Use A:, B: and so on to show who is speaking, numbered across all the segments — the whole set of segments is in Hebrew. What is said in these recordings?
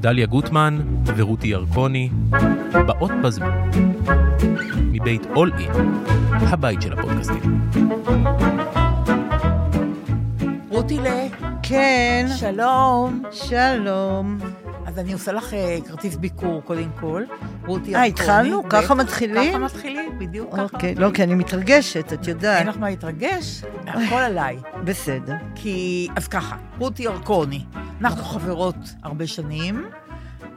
A: דליה גוטמן ורותי ירקוני, באות בזמן, מבית אול אין, הבית של הפודקאסטים.
B: רותי ל...
C: כן,
B: שלום.
C: שלום.
B: אז אני עושה לך אה, כרטיס ביקור, קודם כל. רותי
C: אה,
B: ירקוני,
C: התחלנו?
B: בטח.
C: ככה מתחילים?
B: ככה מתחילים, בדיוק ככה.
C: אוקיי, לא, כי אני מתרגשת, את יודעת.
B: אין לך מה להתרגש, הכל עליי.
C: בסדר.
B: כי... אז ככה, רותי ירקוני, אנחנו
C: נכון.
B: חברות הרבה שנים.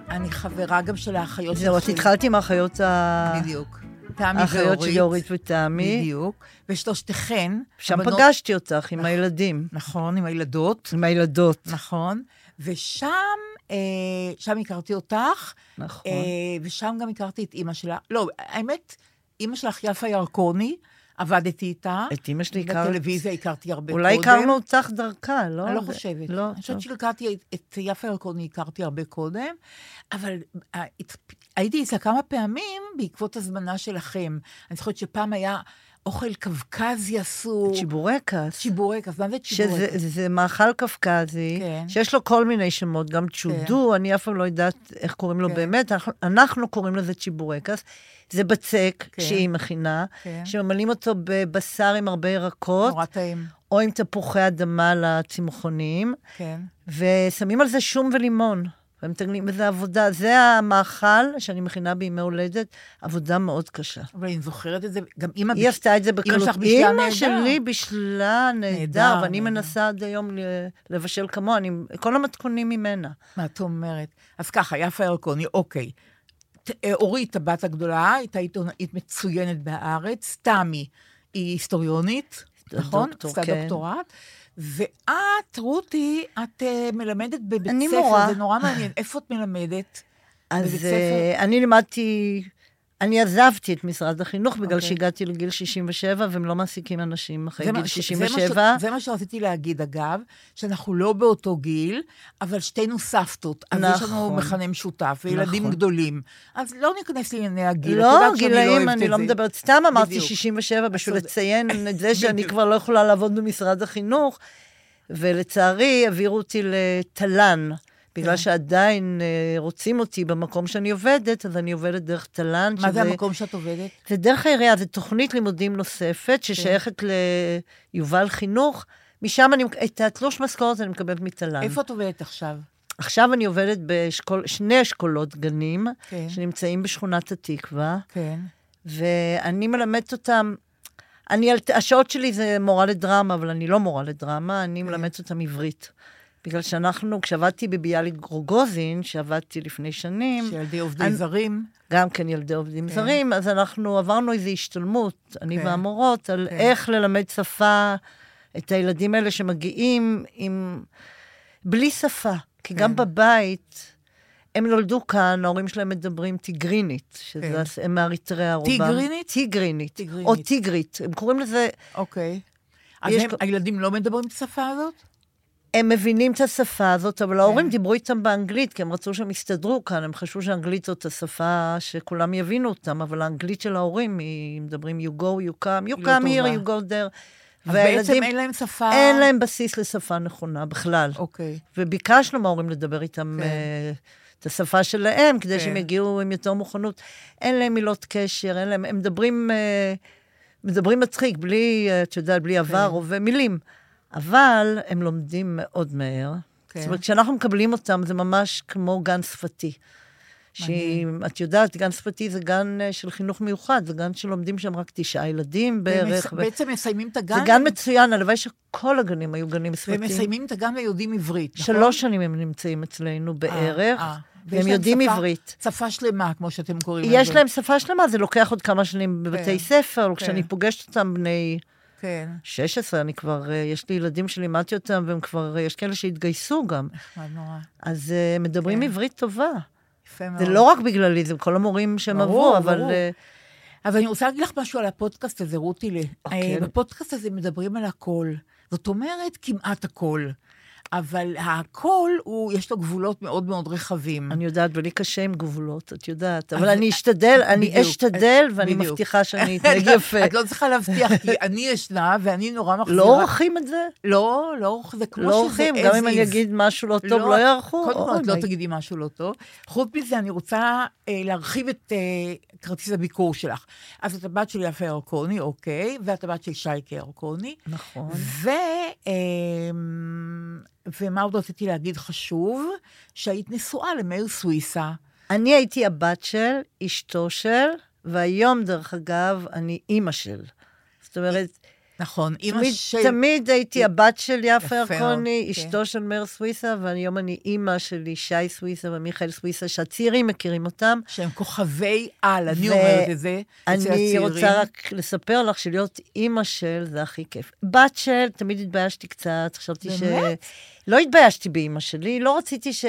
B: אני חברה גם של האחיות
C: זהו, את
B: של-
C: התחלת עם האחיות ה-
B: בדיוק. תמי
C: האחיות של
B: ואורית.
C: יורית ותמי.
B: בדיוק. ושלושתכן.
C: שם
B: הבנות-
C: פגשתי אותך עם הילדים,
B: נכון, עם הילדות.
C: עם הילדות.
B: נכון. ושם, אה, שם הכרתי אותך,
C: נכון.
B: אה, ושם גם הכרתי את אימא שלה. לא, האמת, אימא שלך, יפה ירקוני, עבדתי איתה.
C: את אימא שלי הכרת.
B: בטלוויזיה הכרתי הרבה קודם.
C: אולי הכרנו אותך דרכה, לא?
B: אני לא
C: זה-
B: חושבת.
C: לא,
B: אני חושבת
C: טוב.
B: שהכרתי את- את יפה ירקוני, הכרתי הרבה קודם, אבל אה, הת- הייתי אצלה כמה פעמים בעקבות הזמנה שלכם. אני זוכרת שפעם היה אוכל קווקזי אסור.
C: צ'יבורקס.
B: צ'יבורק, אז מה זה צ'יבורק?
C: שזה זה מאכל קווקזי,
B: כן.
C: שיש לו כל מיני שמות, גם צ'ודו, אני אף פעם לא יודעת איך קוראים לו
B: כן.
C: באמת, אנחנו- אנחנו קוראים לזה צ'יבורקס. זה בצק
B: כן.
C: שהיא מכינה,
B: כן.
C: שממלאים אותו בבשר עם הרבה ירקות,
B: נורא טעים,
C: או עם תפוחי אדמה לצמחונים,
B: כן.
C: ושמים על זה שום ולימון. והם מתגלים בזה עבודה, זה המאכל שאני מכינה בימי הולדת, עבודה מאוד קשה.
B: אבל אני זוכרת את זה, גם אימא...
C: היא
B: בש-
C: עשתה את זה בקלות.
B: שלך בישלה
C: אימא
B: נהדר.
C: שלי בישלה נהדר,
B: נהדר,
C: ואני
B: נהדר.
C: מנסה עד היום ל- לבשל כמוה, אני- כל המתכונים ממנה.
B: מה את אומרת? אז ככה, יפה ירקוני, אוקיי. ת- אה, אורית, הבת הגדולה, הייתה עיתונאית מצוינת בהארץ, תמי, היא היסטוריונית,
C: דוקטור,
B: נכון? עשתה
C: כן.
B: דוקטורט. ואת, רותי, את אה, מלמדת בבית
C: אני
B: ספר,
C: מורה.
B: זה נורא מעניין. איפה את מלמדת? בבית
C: אז
B: ספר?
C: אה, אני לימדתי, אני עזבתי את משרד החינוך בגלל
B: אוקיי.
C: שהגעתי לגיל 67, והם לא מעסיקים אנשים אחרי
B: זה מה
C: גיל
B: ש- זה
C: 67.
B: מה ש- זה מה שרציתי להגיד, אגב, שאנחנו לא באותו גיל, אבל שתינו סבתות. אז יש לנו
C: נכון.
B: מכנה משותף, וילדים
C: נכון.
B: גדולים. אז לא ניכנס לענייני הגיל. כאילו, את
C: לא,
B: יודעת שאני
C: גילאים,
B: אוהבת
C: אני
B: את
C: לא
B: זה.
C: מדברת, סתם אמרתי
B: בדיוק.
C: 67 בשביל
B: צודק.
C: לציין את זה שאני
B: בדיוק.
C: כבר לא יכולה לעבוד במשרד החינוך, ולצערי העבירו אותי לתל"ן.
B: כן.
C: בגלל שעדיין אה, רוצים אותי במקום שאני עובדת, אז אני עובדת דרך תל"ן.
B: מה זה
C: שזה-
B: המקום שאת עובדת?
C: זה דרך העירייה, זו תוכנית לימודים נוספת
B: כן.
C: ששייכת ליובל חינוך. משם אני, מק- את התלוש משכורת אני מקבלת מתל"ן.
B: איפה את עובדת עכשיו?
C: עכשיו אני עובדת בשני אשכולות גנים,
B: כן.
C: שנמצאים בשכונת התקווה.
B: כן.
C: ואני מלמדת אותם, אני, על- השעות שלי זה מורה לדרמה, אבל אני לא מורה לדרמה, אני מלמדת אותם עברית. בגלל שאנחנו, כשעבדתי בביאליק רוגוזין, שעבדתי לפני שנים,
B: שילדי עובדי
C: אני-
B: זרים.
C: גם כן ילדי עובדים
B: כן.
C: זרים, אז אנחנו עברנו איזו השתלמות, אני
B: כן.
C: והמורות, על
B: כן.
C: איך ללמד שפה את הילדים האלה שמגיעים עם... בלי שפה. כי
B: כן.
C: גם בבית, הם נולדו כאן, ההורים שלהם מדברים טיגרינית,
B: כן.
C: שזה, הס- הם מאריתריאה רובם.
B: טיגרינית?
C: טיגרינית.
B: טיגרינית.
C: או טיגרית. הם קוראים לזה,
B: אוקיי. אז
C: יש
B: הם-
C: כל-
B: הילדים לא מדברים את השפה הזאת?
C: הם מבינים את השפה הזאת,
B: כן.
C: אבל ההורים דיברו איתם באנגלית, כי הם רצו שהם יסתדרו כאן, הם חשבו שאנגלית זאת השפה שכולם יבינו אותם, אבל האנגלית של ההורים היא, מדברים you go, you come, you
B: לא
C: come
B: טובה.
C: here, you go there.
B: אז בעצם
C: והילדים,
B: אין להם שפה...
C: אין להם בסיס לשפה נכונה בכלל.
B: אוקיי.
C: וביקשנו מההורים לדבר איתם
B: כן.
C: אה, את השפה שלהם, כדי
B: כן.
C: שהם יגיעו עם יותר מוכנות. אין להם מילות קשר, אין להם, הם מדברים, אה, מדברים מצחיק, בלי, אה, את יודעת, בלי
B: כן.
C: עבר, הווה, מילים. אבל הם לומדים מאוד מהר.
B: כן.
C: זאת אומרת, כשאנחנו מקבלים אותם, זה ממש כמו גן שפתי. שאם את יודעת, גן שפתי זה גן אה, של חינוך מיוחד, זה גן שלומדים שם רק תשעה ילדים
B: והם
C: בערך.
B: מס-
C: ו-
B: בעצם מסיימים את הגן?
C: זה גן מצוין, הלוואי שכל הגנים היו גנים
B: והם
C: שפתיים.
B: מסיימים את הגן ויודעים עברית, נכון?
C: שלוש שנים הם נמצאים אצלנו בערך,
B: אה, אה. ויש
C: והם
B: להם
C: יודעים
B: שפה-
C: עברית.
B: שפה שלמה, כמו שאתם קוראים לזה.
C: יש להם שפה שלמה, זה לוקח עוד כמה שנים
B: כן.
C: בבתי ספר, כשאני
B: כן.
C: פוגשת אותם בני
B: כן,
C: 16, אני כבר, אה, יש לי ילדים שלימדתי אותם, והם כבר, אה, יש כאלה שהתגייסו גם,
B: נחמד נורא.
C: אז אה, מדברים
B: כן.
C: עברית טובה.
B: יפה מאוד.
C: זה לא רק בגללי, זה כל המורים שהם
B: ברור,
C: עברו, אבל...
B: ברור.
C: אה,
B: אז אני רוצה להגיד לך משהו על הפודקאסט הזה, רותי. ל-
C: אוקיי.
B: אה, בפודקאסט הזה מדברים על הכל. זאת אומרת, כמעט הכל. אבל הכל, הוא, יש לו גבולות מאוד מאוד רחבים.
C: אני יודעת, ולי קשה עם גבולות, את יודעת. אבל
B: אז- אה,
C: אני אשתדל, אני
B: בדיוק,
C: אשתדל, ואני
B: בדיוק.
C: מבטיחה שאני אתנהג יפה.
B: את לא צריכה להבטיח, כי אני ישנה, ואני נורא מחזירה.
C: לא עורכים את זה?
B: לא, לא אורך, זה כמו
C: לא
B: שזה
C: עורכים, גם
B: as
C: אם אני
B: is.
C: אגיד משהו לא טוב, לא יערכו?
B: קודם כל,
C: אוי,
B: את לא
C: מה-
B: תגידי משהו לא טוב. חוץ מזה, אני רוצה אה, להרחיב את אה, כרטיס הביקור שלך. אז את הבת של יפה ירקוני, אוקיי, ואת הבת של שייקה ירקוני.
C: נכון.
B: ו... אמ, ומה עוד רציתי להגיד חשוב? שהיית נשואה למאיר סוויסה.
C: אני הייתי הבת של, אשתו של, והיום, דרך אגב, אני אימא של. זאת אומרת,
B: נכון, אימא
C: תמיד,
B: של...
C: תמיד הייתי הבת של יפה
B: יפה אוקיי.
C: ירקוני,
B: מאוד,
C: אשתו של מאיר סוויסה, והיום אני אימא של ישי סוויסה ומיכאל סוויסה, שהצעירים מכירים אותם.
B: שהם כוכבי על, אני
C: ו-
B: אומרת את זה, אצל
C: אני
B: הצעירים.
C: רוצה רק לספר לך שלהיות אימא של זה הכי כיף. בת של, תמיד התביישתי קצת, חשבתי ש...
B: באמת?
C: לא התביישתי באימא שלי, לא רציתי ש...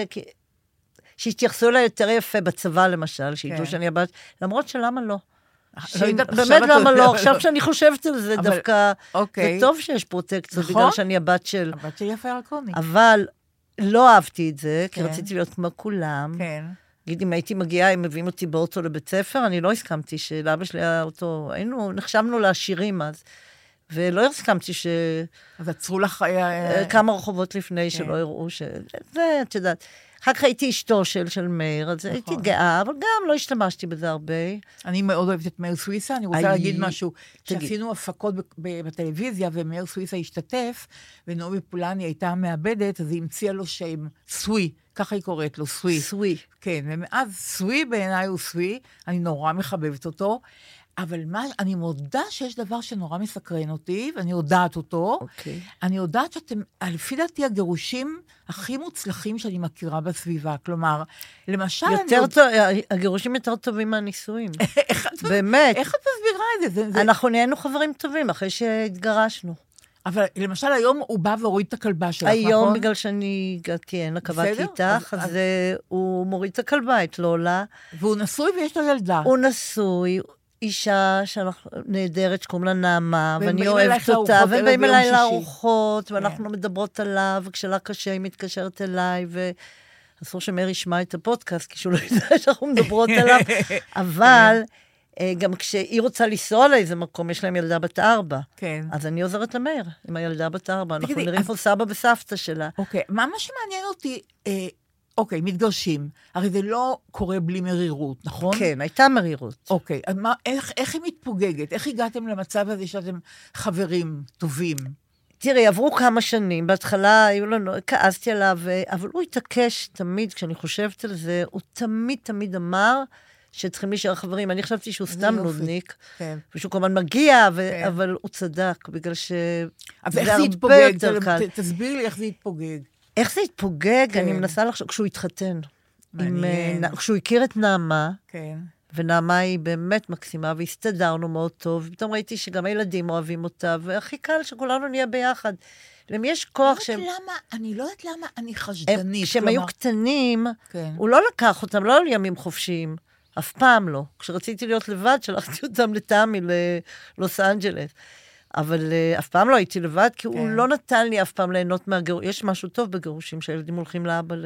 C: שיתייחסו אליי יותר יפה בצבא, למשל, שידעו
B: כן. שאני
C: שאני הבת, למרות שלמה לא.
B: לא יודעת, עכשיו
C: באמת
B: את-
C: למה לא,
B: אבל-
C: עכשיו שאני חושבת על זה,
B: אבל-
C: דווקא, זה
B: אוקיי.
C: טוב שיש פרוטקציות, בגלל
B: נכון.
C: שאני הבת של...
B: הבת של יפה ירקוני.
C: אבל לא אהבתי את זה, כי
B: כן.
C: רציתי להיות כמו כולם.
B: כן.
C: נגיד, אם הייתי מגיעה, הם מביאים אותי באוטו לבית ספר, אני לא הסכמתי שלאבא שלי היה אוטו, היינו, נחשבנו לעשירים אז. ולא הסכמתי ש...
B: אז עצרו לך... אה, אה,
C: כמה רחובות לפני
B: כן.
C: שלא יראו ש... זה, את יודעת. אחר כך הייתי אשתו של, של מאיר,
B: נכון.
C: אז הייתי גאה, אבל גם לא השתמשתי בזה הרבה.
B: אני מאוד אוהבת את מאיר סוויסה, אני רוצה
C: איי,
B: להגיד משהו.
C: תגיד.
B: שעשינו הפקות ב- ב- בטלוויזיה, ומאיר סוויסה השתתף, ונעמי פולני הייתה המעבדת, אז היא המציאה לו שם סווי, ככה היא קוראת לו, סווי.
C: סווי.
B: כן, ומאז סווי בעיניי הוא סווי, אני נורא מחבבת אותו, אבל מה, אני מודה שיש דבר שנורא מסקרן אותי, ואני יודעת אותו.
C: אוקיי.
B: אני יודעת שאתם, לפי דעתי, הגירושים הכי מוצלחים שאני מכירה בסביבה. כלומר, למשל, אני...
C: יותר
B: יודע-
C: טוב, הגירושים יותר טובים מהנישואים.
B: איך את-
C: באמת.
B: איך את מסבירה את זה? זה, זה...
C: אנחנו נהיינו חברים טובים אחרי שהתגרשנו.
B: אבל למשל, היום הוא בא והוריד את הכלבה שלך, נכון?
C: היום, בגלל שאני הגעתי הנה, קבעתי
B: בסדר,
C: איתך,
B: אז-
C: אז אה, הוא מוריד את הכלבה, את לולה.
B: והוא נשוי ויש לו ילדה.
C: הוא נשוי, אישה שאנחנו- נהדרת שקוראים לה נעמה,
B: והם
C: ואני
B: באים אלייך
C: אוהבת אותה,
B: לארוחות
C: והם
B: ערב
C: באים
B: ביום
C: אליי
B: שישי. כן.
C: לארוחות, ואנחנו מדברות עליו, וכשלה קשה היא מתקשרת אליי, ו... אסור שמאיר ישמע את הפודקאסט, כי שהוא לא ידע שאנחנו מדברות עליו, אבל אה, גם כשהיא רוצה לנסוע לאיזה מקום, יש להם ילדה בת ארבע.
B: כן.
C: אז אני עוזרת למאיר עם הילדה בת ארבע, אנחנו
B: תגידי,
C: נראים
B: אז-
C: כמו סבא וסבתא שלה.
B: אוקיי, מה מה שמעניין אותי, אה, אוקיי, מתגרשים. הרי זה לא קורה בלי מרירות, נכון?
C: כן, הייתה מרירות.
B: אוקיי, אז מה, איך, איך היא מתפוגגת? איך הגעתם למצב הזה שאתם חברים טובים?
C: תראי, עברו כמה שנים, בהתחלה היו לנו, כעסתי עליו, אה, אבל הוא התעקש תמיד, כשאני חושבת על זה, הוא תמיד תמיד אמר שצריכים להישאר חברים. אני חשבתי שהוא
B: איזה
C: סתם
B: יופי.
C: נודניק,
B: כן.
C: ושהוא כמובן מגיע, ו...
B: כן.
C: אבל הוא צדק, בגלל ש...
B: אז
C: זה
B: איך זה
C: הרבה
B: התפוגג?
C: יותר
B: ת-
C: קל.
B: ת- תסבירי לי איך זה התפוגג.
C: איך זה התפוגג,
B: כן.
C: אני מנסה לחשוב, כשהוא התחתן. עם, אה, לא
B: מעניין.
C: נע- כשהוא הכיר את נעמה,
B: כן.
C: ונעמה היא באמת מקסימה, והסתדרנו מאוד טוב, ופתאום ראיתי שגם הילדים אוהבים אותה, והכי קל שכולנו נהיה ביחד. למי יש כוח
B: אני
C: שהם...
B: לא יודעת למה, אני לא יודעת למה אני
C: הם-
B: חשדנית.
C: כשהם היו
B: כלומר-
C: קטנים,
B: כן.
C: הוא לא לקח אותם, לא על ימים חופשיים, אף פעם לא. כשרציתי להיות לבד, שלחתי אותם לתמי, ללוס אנג'לס. אבל אה, אף פעם לא הייתי לבד, כי הוא
B: כן.
C: לא נתן לי אף פעם ליהנות מהגירוש. יש משהו טוב בגירושים, שהילדים הולכים לאבא ל...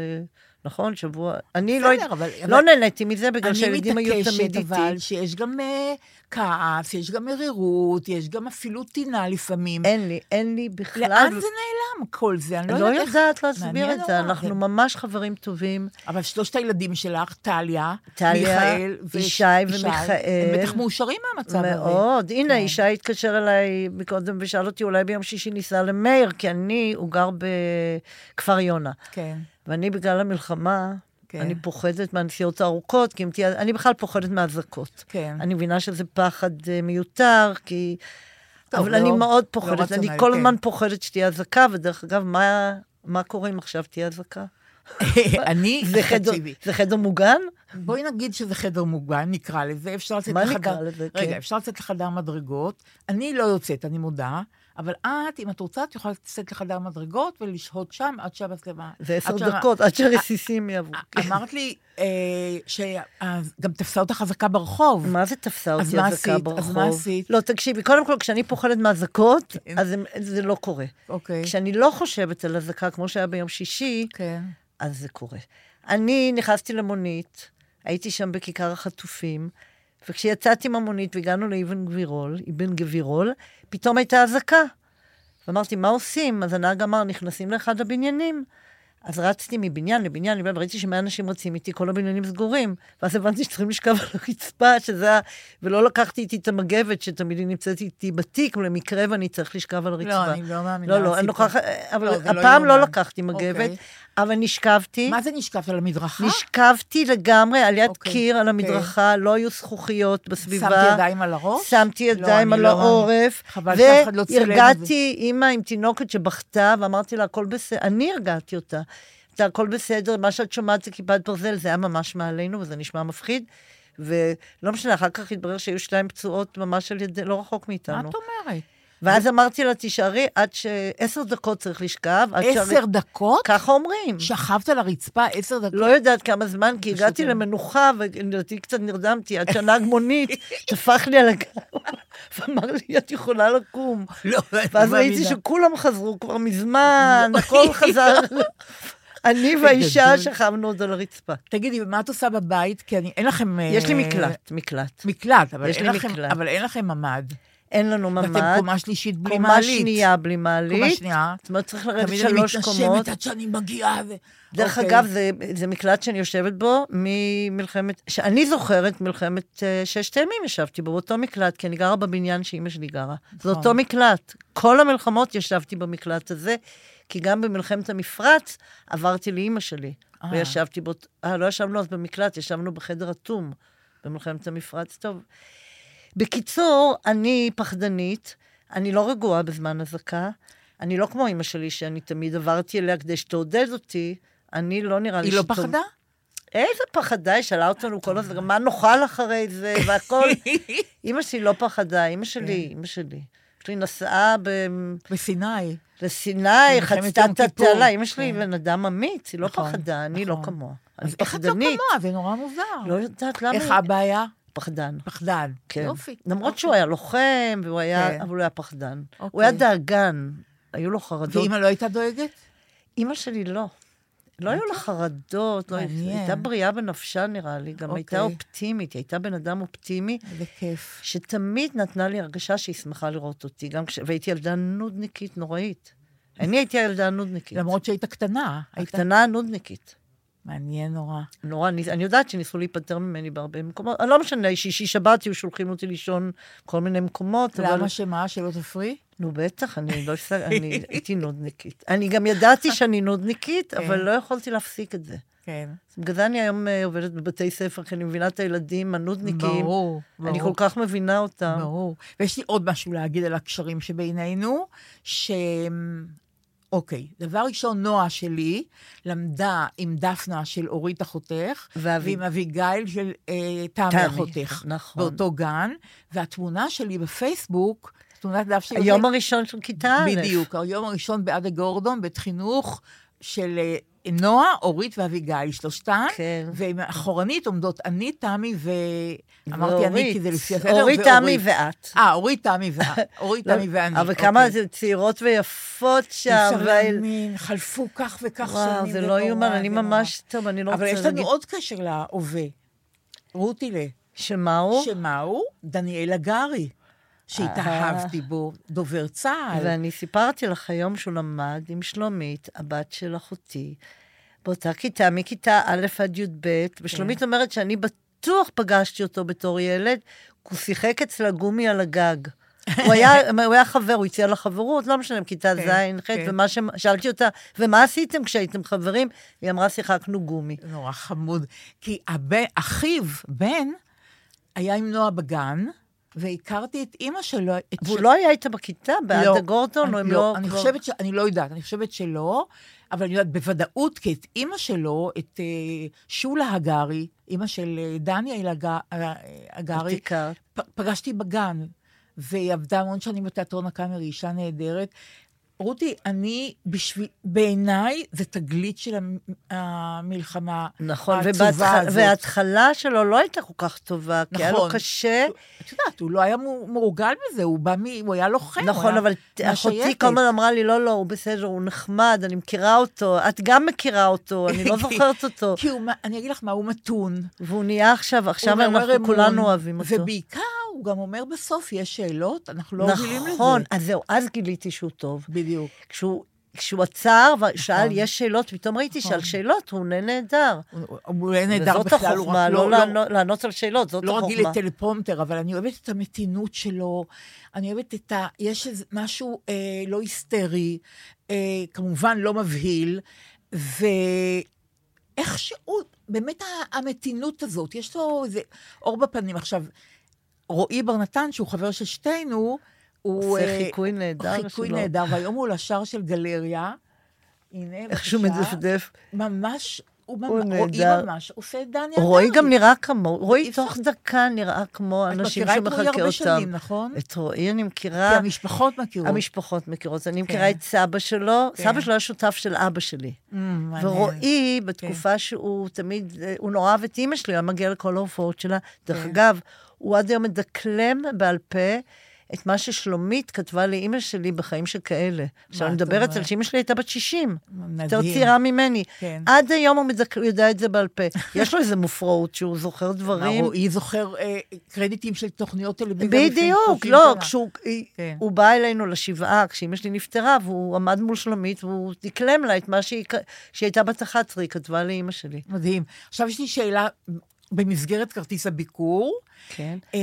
C: נכון? שבוע... אני לא,
B: בסדר, אבל... אבל-
C: לא נהניתי מזה, בגלל
B: אני
C: שהילדים היו תמיד
B: מתעקשת,
C: איתי.
B: אבל שיש גם אה, כעס, יש גם מרירות, יש גם אפילו טינה לפעמים.
C: אין לי, אין לי בכלל.
B: לאן זה נעלם כל זה? אני
C: אני אה, לא
B: איך-
C: יודעת להסביר
B: מעניין
C: את זה,
B: נורא.
C: אנחנו ממש חברים טובים.
B: אבל שלושת הילדים שלך, טליה,
C: טליה,
B: מיכאל ו-
C: ישי ומיכאל.
B: הם בטח מאושרים מהמצב הזה.
C: מאוד. הנה,
B: כן.
C: אישה התקשר אליי מקודם ושאל אותי, אולי ביום שישי ניסע למאיר, כי אני, הוא גר בכפר יונה.
B: כן,
C: ואני, בגלל המלחמה,
B: כן.
C: אני פוחדת מהנסיעות הארוכות, כי אם תהיה... אני בכלל פוחדת מהאזעקות.
B: כן.
C: אני מבינה שזה פחד אה, מיותר, כי...
B: טוב,
C: אבל
B: לא-
C: אני מאוד
B: לא
C: פוחדת, אני
B: רציונלי,
C: כל
B: כן.
C: הזמן פוחדת שתהיה אזעקה, ודרך אגב, מה- מה קורה אם עכשיו תהיה אזעקה?
B: אני,
C: זה חדר-
B: תקשיבי,
C: זה חדר מוגן?
B: בואי נגיד שזה חדר מוגן, נקרא לזה, אפשר לצאת
C: מה
B: לחדר...
C: נקרא לזה?
B: רגע,
C: כן.
B: אפשר לצאת לחדר מדרגות. אני לא יוצאת, אני מודה. אבל את, אם את רוצה, את יכולה לצאת לחדר מדרגות ולשהות שם עד שהמצלמה...
C: זה עשר
B: עד שה-
C: דקות, עד שרסיסים יעברו.
B: אמרת לי אה, שגם תפסה אותה חזקה ברחוב.
C: מה זה תפסה
B: אז
C: אותי
B: מה
C: אזעקה
B: עשית?
C: ברחוב?
B: אז מה עשית?
C: לא, תקשיבי, קודם כל, כשאני פוחדת מאזעקות,
B: כן.
C: אז הם- זה לא קורה.
B: אוקיי.
C: כשאני לא חושבת על אזעקה, כמו שהיה ביום שישי,
B: כן.
C: אז זה קורה. אני נכנסתי למונית, הייתי שם בכיכר החטופים, וכשיצאתי מהמונית והגענו לאבן גבירול, אבן גבירול, פתאום הייתה אזעקה. ואמרתי, מה עושים? אז הנהג אמר, נכנסים לאחד הבניינים. אז רצתי מבניין לבניין לבניין, וראיתי שמאה אנשים רצים איתי, כל הבניינים סגורים. ואז הבנתי שצריכים לשכב על הרצפה, שזה ה... ולא לקחתי איתי את המגבת, שתמיד היא נמצאת איתי בתיק, למקרה ואני צריך לשכב על הרצפה.
B: לא, אני לא מאמינה.
C: לא, לא, אני
B: עשית
C: לוקחת, אבל
B: לא, זה לא
C: הפעם לא
B: יאומן.
C: לקחתי מגבת,
B: אוקיי.
C: אבל נשכבתי.
B: מה זה נשקפת על המדרכה?
C: נשכבתי לגמרי על יד
B: אוקיי,
C: קיר, על
B: אוקיי.
C: המדרכה, לא היו זכוכיות בסביבה.
B: שמת ידיים על הראש?
C: שמתי ידיים
B: אני
C: על
B: לא
C: העורף,
B: חבל שאף אחד לא צילם את זה.
C: והרגעתי אימא עם תינוקת שבכתה, ואמרתי לה, הכל בסדר, אני הרגעתי אותה. אתה הכל בסדר, מה שאת שומעת זה כיפת ברזל, זה היה ממש מעלינו, וזה נשמע מפחיד. ולא משנה, אחר כך התברר שהיו שתיים פצועות ממש על ידי, לא רחוק מאיתנו.
B: מה את אומרת?
C: ואז אמרתי לה, תישארי עד ש... עשר דקות צריך לשכב. עד שהר-
B: עשר דקות?
C: ככה אומרים.
B: שכבת על הרצפה עשר דקות?
C: לא יודעת כמה זמן, כי הגעתי
B: פשוט-
C: למנוחה, ולדעתי קצת נרדמתי, עד שהנהג מונית טפח לי על הגב, ואמר לי, את יכולה לקום.
B: לא, אני
C: ואז
B: לא
C: ראיתי
B: מאמינה. לא.
C: שכולם חזרו כבר מזמן, הכל חזר. אני והאישה
B: גדול. אה.
C: שכבנו עוד על הרצפה.
B: תגידי, מה את עושה בבית? כי אני, אין לכם... אה,
C: יש לי מקלט, מקלט.
B: מקלט, אבל
C: יש
B: אין
C: לי
B: לכם-
C: מקלט.
B: אבל אין לכם ממ"ד.
C: אין לנו ממ"ד.
B: ואתם קומה שלישית בלי
C: קומה
B: מעלית.
C: שנייה בלי מעלית.
B: קומה שנייה.
C: זאת אומרת, צריך לרדת
B: תמיד אני
C: שלוש
B: מתנשמת
C: קומות.
B: עד שאני מגיעה. ו-
C: דרך
B: אוקיי.
C: אגב, זה, זה מקלט שאני יושבת בו ממלחמת, שאני זוכרת מלחמת אה, ששת הימים ישבתי בו, באותו מקלט, כי אני גרה בבניין שאימא שלי גרה. זה
B: נכון.
C: אותו מקלט. כל המלחמות ישבתי במקלט הזה, כי גם במלחמת המפרץ עברתי לאימא שלי.
B: אה.
C: וישבתי בו, אה, לא ישבנו אז במקלט, ישבנו בחדר אטום במלחמת המפרץ. טוב. בקיצור, אני פחדנית, אני לא רגועה בזמן אזעקה. אני לא כמו אימא שלי, שאני תמיד עברתי אליה כדי שתעודד אותי. אני לא נראה לי
B: היא לא
C: שטוב-
B: פחדה?
C: איזה פחדה, היא שאלה אותנו כל הזמן, מה נאכל אחרי זה והכל. אימא שלי לא פחדה, אימא שלי,
B: כן.
C: אימא שלי. יש לי נסעה ב...
B: בסיני.
C: לסיני,
B: מלחמת
C: חצתה
B: יום
C: את
B: כיפור.
C: התעלה. אימא שלי
B: כן.
C: בן אדם אמיץ, היא לא
B: נכון,
C: פחדה, אני לא
B: נכון.
C: כמוה. אני
B: אז איך את לא
C: פחדנית.
B: כמוה? זה נורא מוזר.
C: לא יודעת למה.
B: איך
C: היא-
B: אבא היה?
C: פחדן.
B: פחדן.
C: כן.
B: יופי. אוקיי.
C: למרות
B: יופי.
C: שהוא היה לוחם, והוא היה,
B: כן.
C: אבל הוא היה פחדן. הוא
B: אוקיי.
C: היה דאגן, היו לו חרדות.
B: ואימא לא הייתה דואגת?
C: אימא שלי לא. לא היו לה חרדות, לא, היא
B: מעניין.
C: הייתה בריאה בנפשה נראה לי, גם הייתה
B: אוקיי.
C: אופטימית, היא הייתה בן אדם אופטימי,
B: איזה כיף.
C: שתמיד נתנה לי הרגשה שהיא שמחה לראות אותי, גם כש... והייתי ילדה נודניקית נוראית. אני הייתי ילדה נודניקית.
B: למרות שהיית קטנה. היית-
C: הקטנה נודניקית.
B: מעניין נורא.
C: נורא, אני, אני יודעת שניסו להיפטר ממני בהרבה מקומות, לא משנה, שישי שבת היו שולחים אותי לישון כל מיני מקומות, אבל...
B: למה שמה? שלא תפרי?
C: נו, בטח, אני לא הפסק, אני הייתי נודניקית. אני גם ידעתי שאני נודניקית, אבל
B: כן.
C: לא יכולתי להפסיק את זה.
B: כן.
C: אז בגלל זה אני היום אה, עובדת בבתי ספר, כי אני מבינה את הילדים הנודניקים.
B: ברור.
C: אני
B: ברור.
C: כל כך מבינה אותם.
B: ברור. ויש לי עוד משהו להגיד על הקשרים שבינינו, ש... אוקיי, דבר ראשון, נועה שלי למדה עם דפנה של אורית אחותך,
C: ואבי-
B: ועם אביגיל של אה, תמי
C: תמי,
B: אחותך.
C: נכון.
B: באותו גן, והתמונה שלי בפייסבוק, תמונת דף שלי...
C: היום הראשון של כיתה א'.
B: בדיוק, היום הראשון בעדה גורדון, בית חינוך של אה, נועה, אורית ואביגיל, שלושתן.
C: כן.
B: ומאחורנית עומדות אני, תמי ו... אמרתי אני,
C: ואורית.
B: כי זה לפי הסדר,
C: אורית, תמי ואת. לא-
B: אה, אורית, תמי ואת. אורית, תמי ואני.
C: אבל כמה
B: אוקיי.
C: זה צעירות ויפות שם.
B: אי אפשר
C: והאל-
B: להאמין, חלפו כך וכך
C: וואו,
B: שנים. זה
C: זה לא
B: נורא,
C: יאומן, אני
B: זה נורא.
C: ממש, טוב, אני לא רוצה
B: אבל
C: להגיד.
B: יש לנו עוד קשר להווה. רותילה.
C: שמה הוא?
B: שמה הוא? דניאל הגרי, שהתאהבתי בו, דובר צה"ל.
C: אה. ואני סיפרתי לך היום שהוא למד עם שלומית, הבת של אחותי, באותה כיתה, מכיתה א' עד י"ב,
B: כן.
C: ושלומית אומרת שאני בטוח פגשתי אותו בתור ילד, כי הוא שיחק אצלה גומי על הגג. הוא, היה, הוא היה חבר, הוא הציע לה חברות, לא משנה, בכיתה
B: כן,
C: ז', ח',
B: כן.
C: ומה ש... שאלתי אותה, ומה עשיתם כשהייתם חברים? היא אמרה, שיחקנו גומי.
B: נורא חמוד. כי הבן, אחיו, בן, היה עם נועה בגן, והכרתי את אימא שלו. את
C: והוא
B: ש-
C: לא היה איתה בכיתה, בעדה גורדון, או הם
B: אני
C: לא...
B: אני
C: כבר-
B: חושבת ש... אני לא יודעת, אני חושבת שלא, אבל אני יודעת בוודאות, כי את אימא שלו, את אה, שולה הגרי, אימא של אה, דניאל הג- אה, הגרי,
C: אוקיי. את הכרת.
B: פ- פגשתי בגן. והיא עבדה המון שנים בתיאטרון הקאמרי, אישה נהדרת. רותי, אני, בשביל, בעיניי, זה תגלית של המ- המלחמה
C: נכון,
B: העצובה
C: ובהתח-
B: הזאת.
C: וההתחלה שלו לא הייתה כל כך טובה, כי היה לו
B: נכון.
C: קשה.
B: את יודעת, הוא לא היה מו- מורגל בזה, הוא בא מ... הוא היה לוחם. כן, הוא
C: נכון,
B: היה
C: אבל אחותי
B: מהשייטת.
C: כל הזמן אמרה לי, לא, לא, הוא בסדר, הוא נחמד, אני מכירה אותו. את גם מכירה אותו, אני לא
B: כי-
C: זוכרת אותו.
B: כי הוא, מה- אני אגיד לך מה, הוא מתון.
C: והוא נהיה עכשיו, עכשיו
B: הוא מעורר
C: אנחנו
B: אמון,
C: כולנו אוהבים אותו.
B: ובעיקר, הוא גם אומר בסוף, יש שאלות, אנחנו לא מובילים לזה.
C: נכון, אז זהו, אז גיליתי שהוא טוב.
B: בדיוק.
C: כשהוא... כשהוא עצר ושאל,
B: נכון.
C: יש שאלות, פתאום ראיתי
B: נכון.
C: שעל שאלות הוא עונה נהדר.
B: הוא- הוא היה נהדר
C: וזאת
B: בכלל, הוא
C: החוכמה,
B: רק
C: לא
B: לא...
C: לענות- לענות על שאלות, זאת
B: לא רגיל
C: החוכמה.
B: לטלפרומטר, אבל אני אוהבת את המתינות שלו, אני אוהבת את ה... יש איזה משהו אה, לא היסטרי, אה, כמובן לא מבהיל, ואיך שהוא, באמת ה- המתינות הזאת, יש לו איזה אור בפנים. עכשיו, רועי בר נתן, שהוא חבר של שתינו, הוא...
C: זה
B: אה,
C: חיקוי נהדר
B: חיקוי
C: שלו.
B: נהדר, והיום הוא לשער של גלריה. הנה,
C: איך שהוא
B: בבקשה.
C: מדפדף.
B: ממש, הוא ממש,
C: הוא
B: רועי
C: נהדר.
B: ממש, עושה את דני עטר.
C: רועי גם נראה כמו, רועי
B: אפשר.
C: תוך דקה נראה כמו אנשים
B: את מכירה את רועי
C: שמחקה
B: הרבה
C: אותם.
B: שנים, נכון?
C: את רועי אני
B: כי
C: מכירה,
B: המשפחות מכירות.
C: המשפחות מכירות, אני מכירה את סבא שלו,
B: כן.
C: סבא שלו היה שותף של אבא שלי.
B: Mm, מעניין. כן.
C: ורועי, בתקופה שהוא תמיד, אה, הוא נורא אהב את אימא שלי, הוא היה מגיע לכל ההופעות שלה. דרך
B: כן.
C: אגב, הוא עד היום מדקלם בעל פה את מה ששלומית כתבה לאימא שלי בחיים שכאלה. עכשיו, אני
B: את
C: מדברת על
B: אומרת?
C: שאימא שלי הייתה בת 60.
B: מדהים.
C: יותר צעירה ממני.
B: כן.
C: עד היום הוא מדק- הוא יודע את זה בעל פה. יש לו איזה מופרעות שהוא זוכר
B: מה,
C: דברים.
B: רועי זוכר אה, קרדיטים של תוכניות טלוויזיה. לפני
C: בדיוק,
B: 30
C: לא,
B: שנה.
C: כשהוא היא-
B: כן.
C: הוא בא אלינו לשבעה, כשאימא שלי נפטרה, והוא עמד מול שלומית, והוא דקלם לה את מה שהיא, כ- כשהיא הייתה בת 11, היא כתבה לאימא שלי.
B: מדהים. עכשיו יש לי שאלה במסגרת כרטיס הביקור.
C: כן.
B: אה,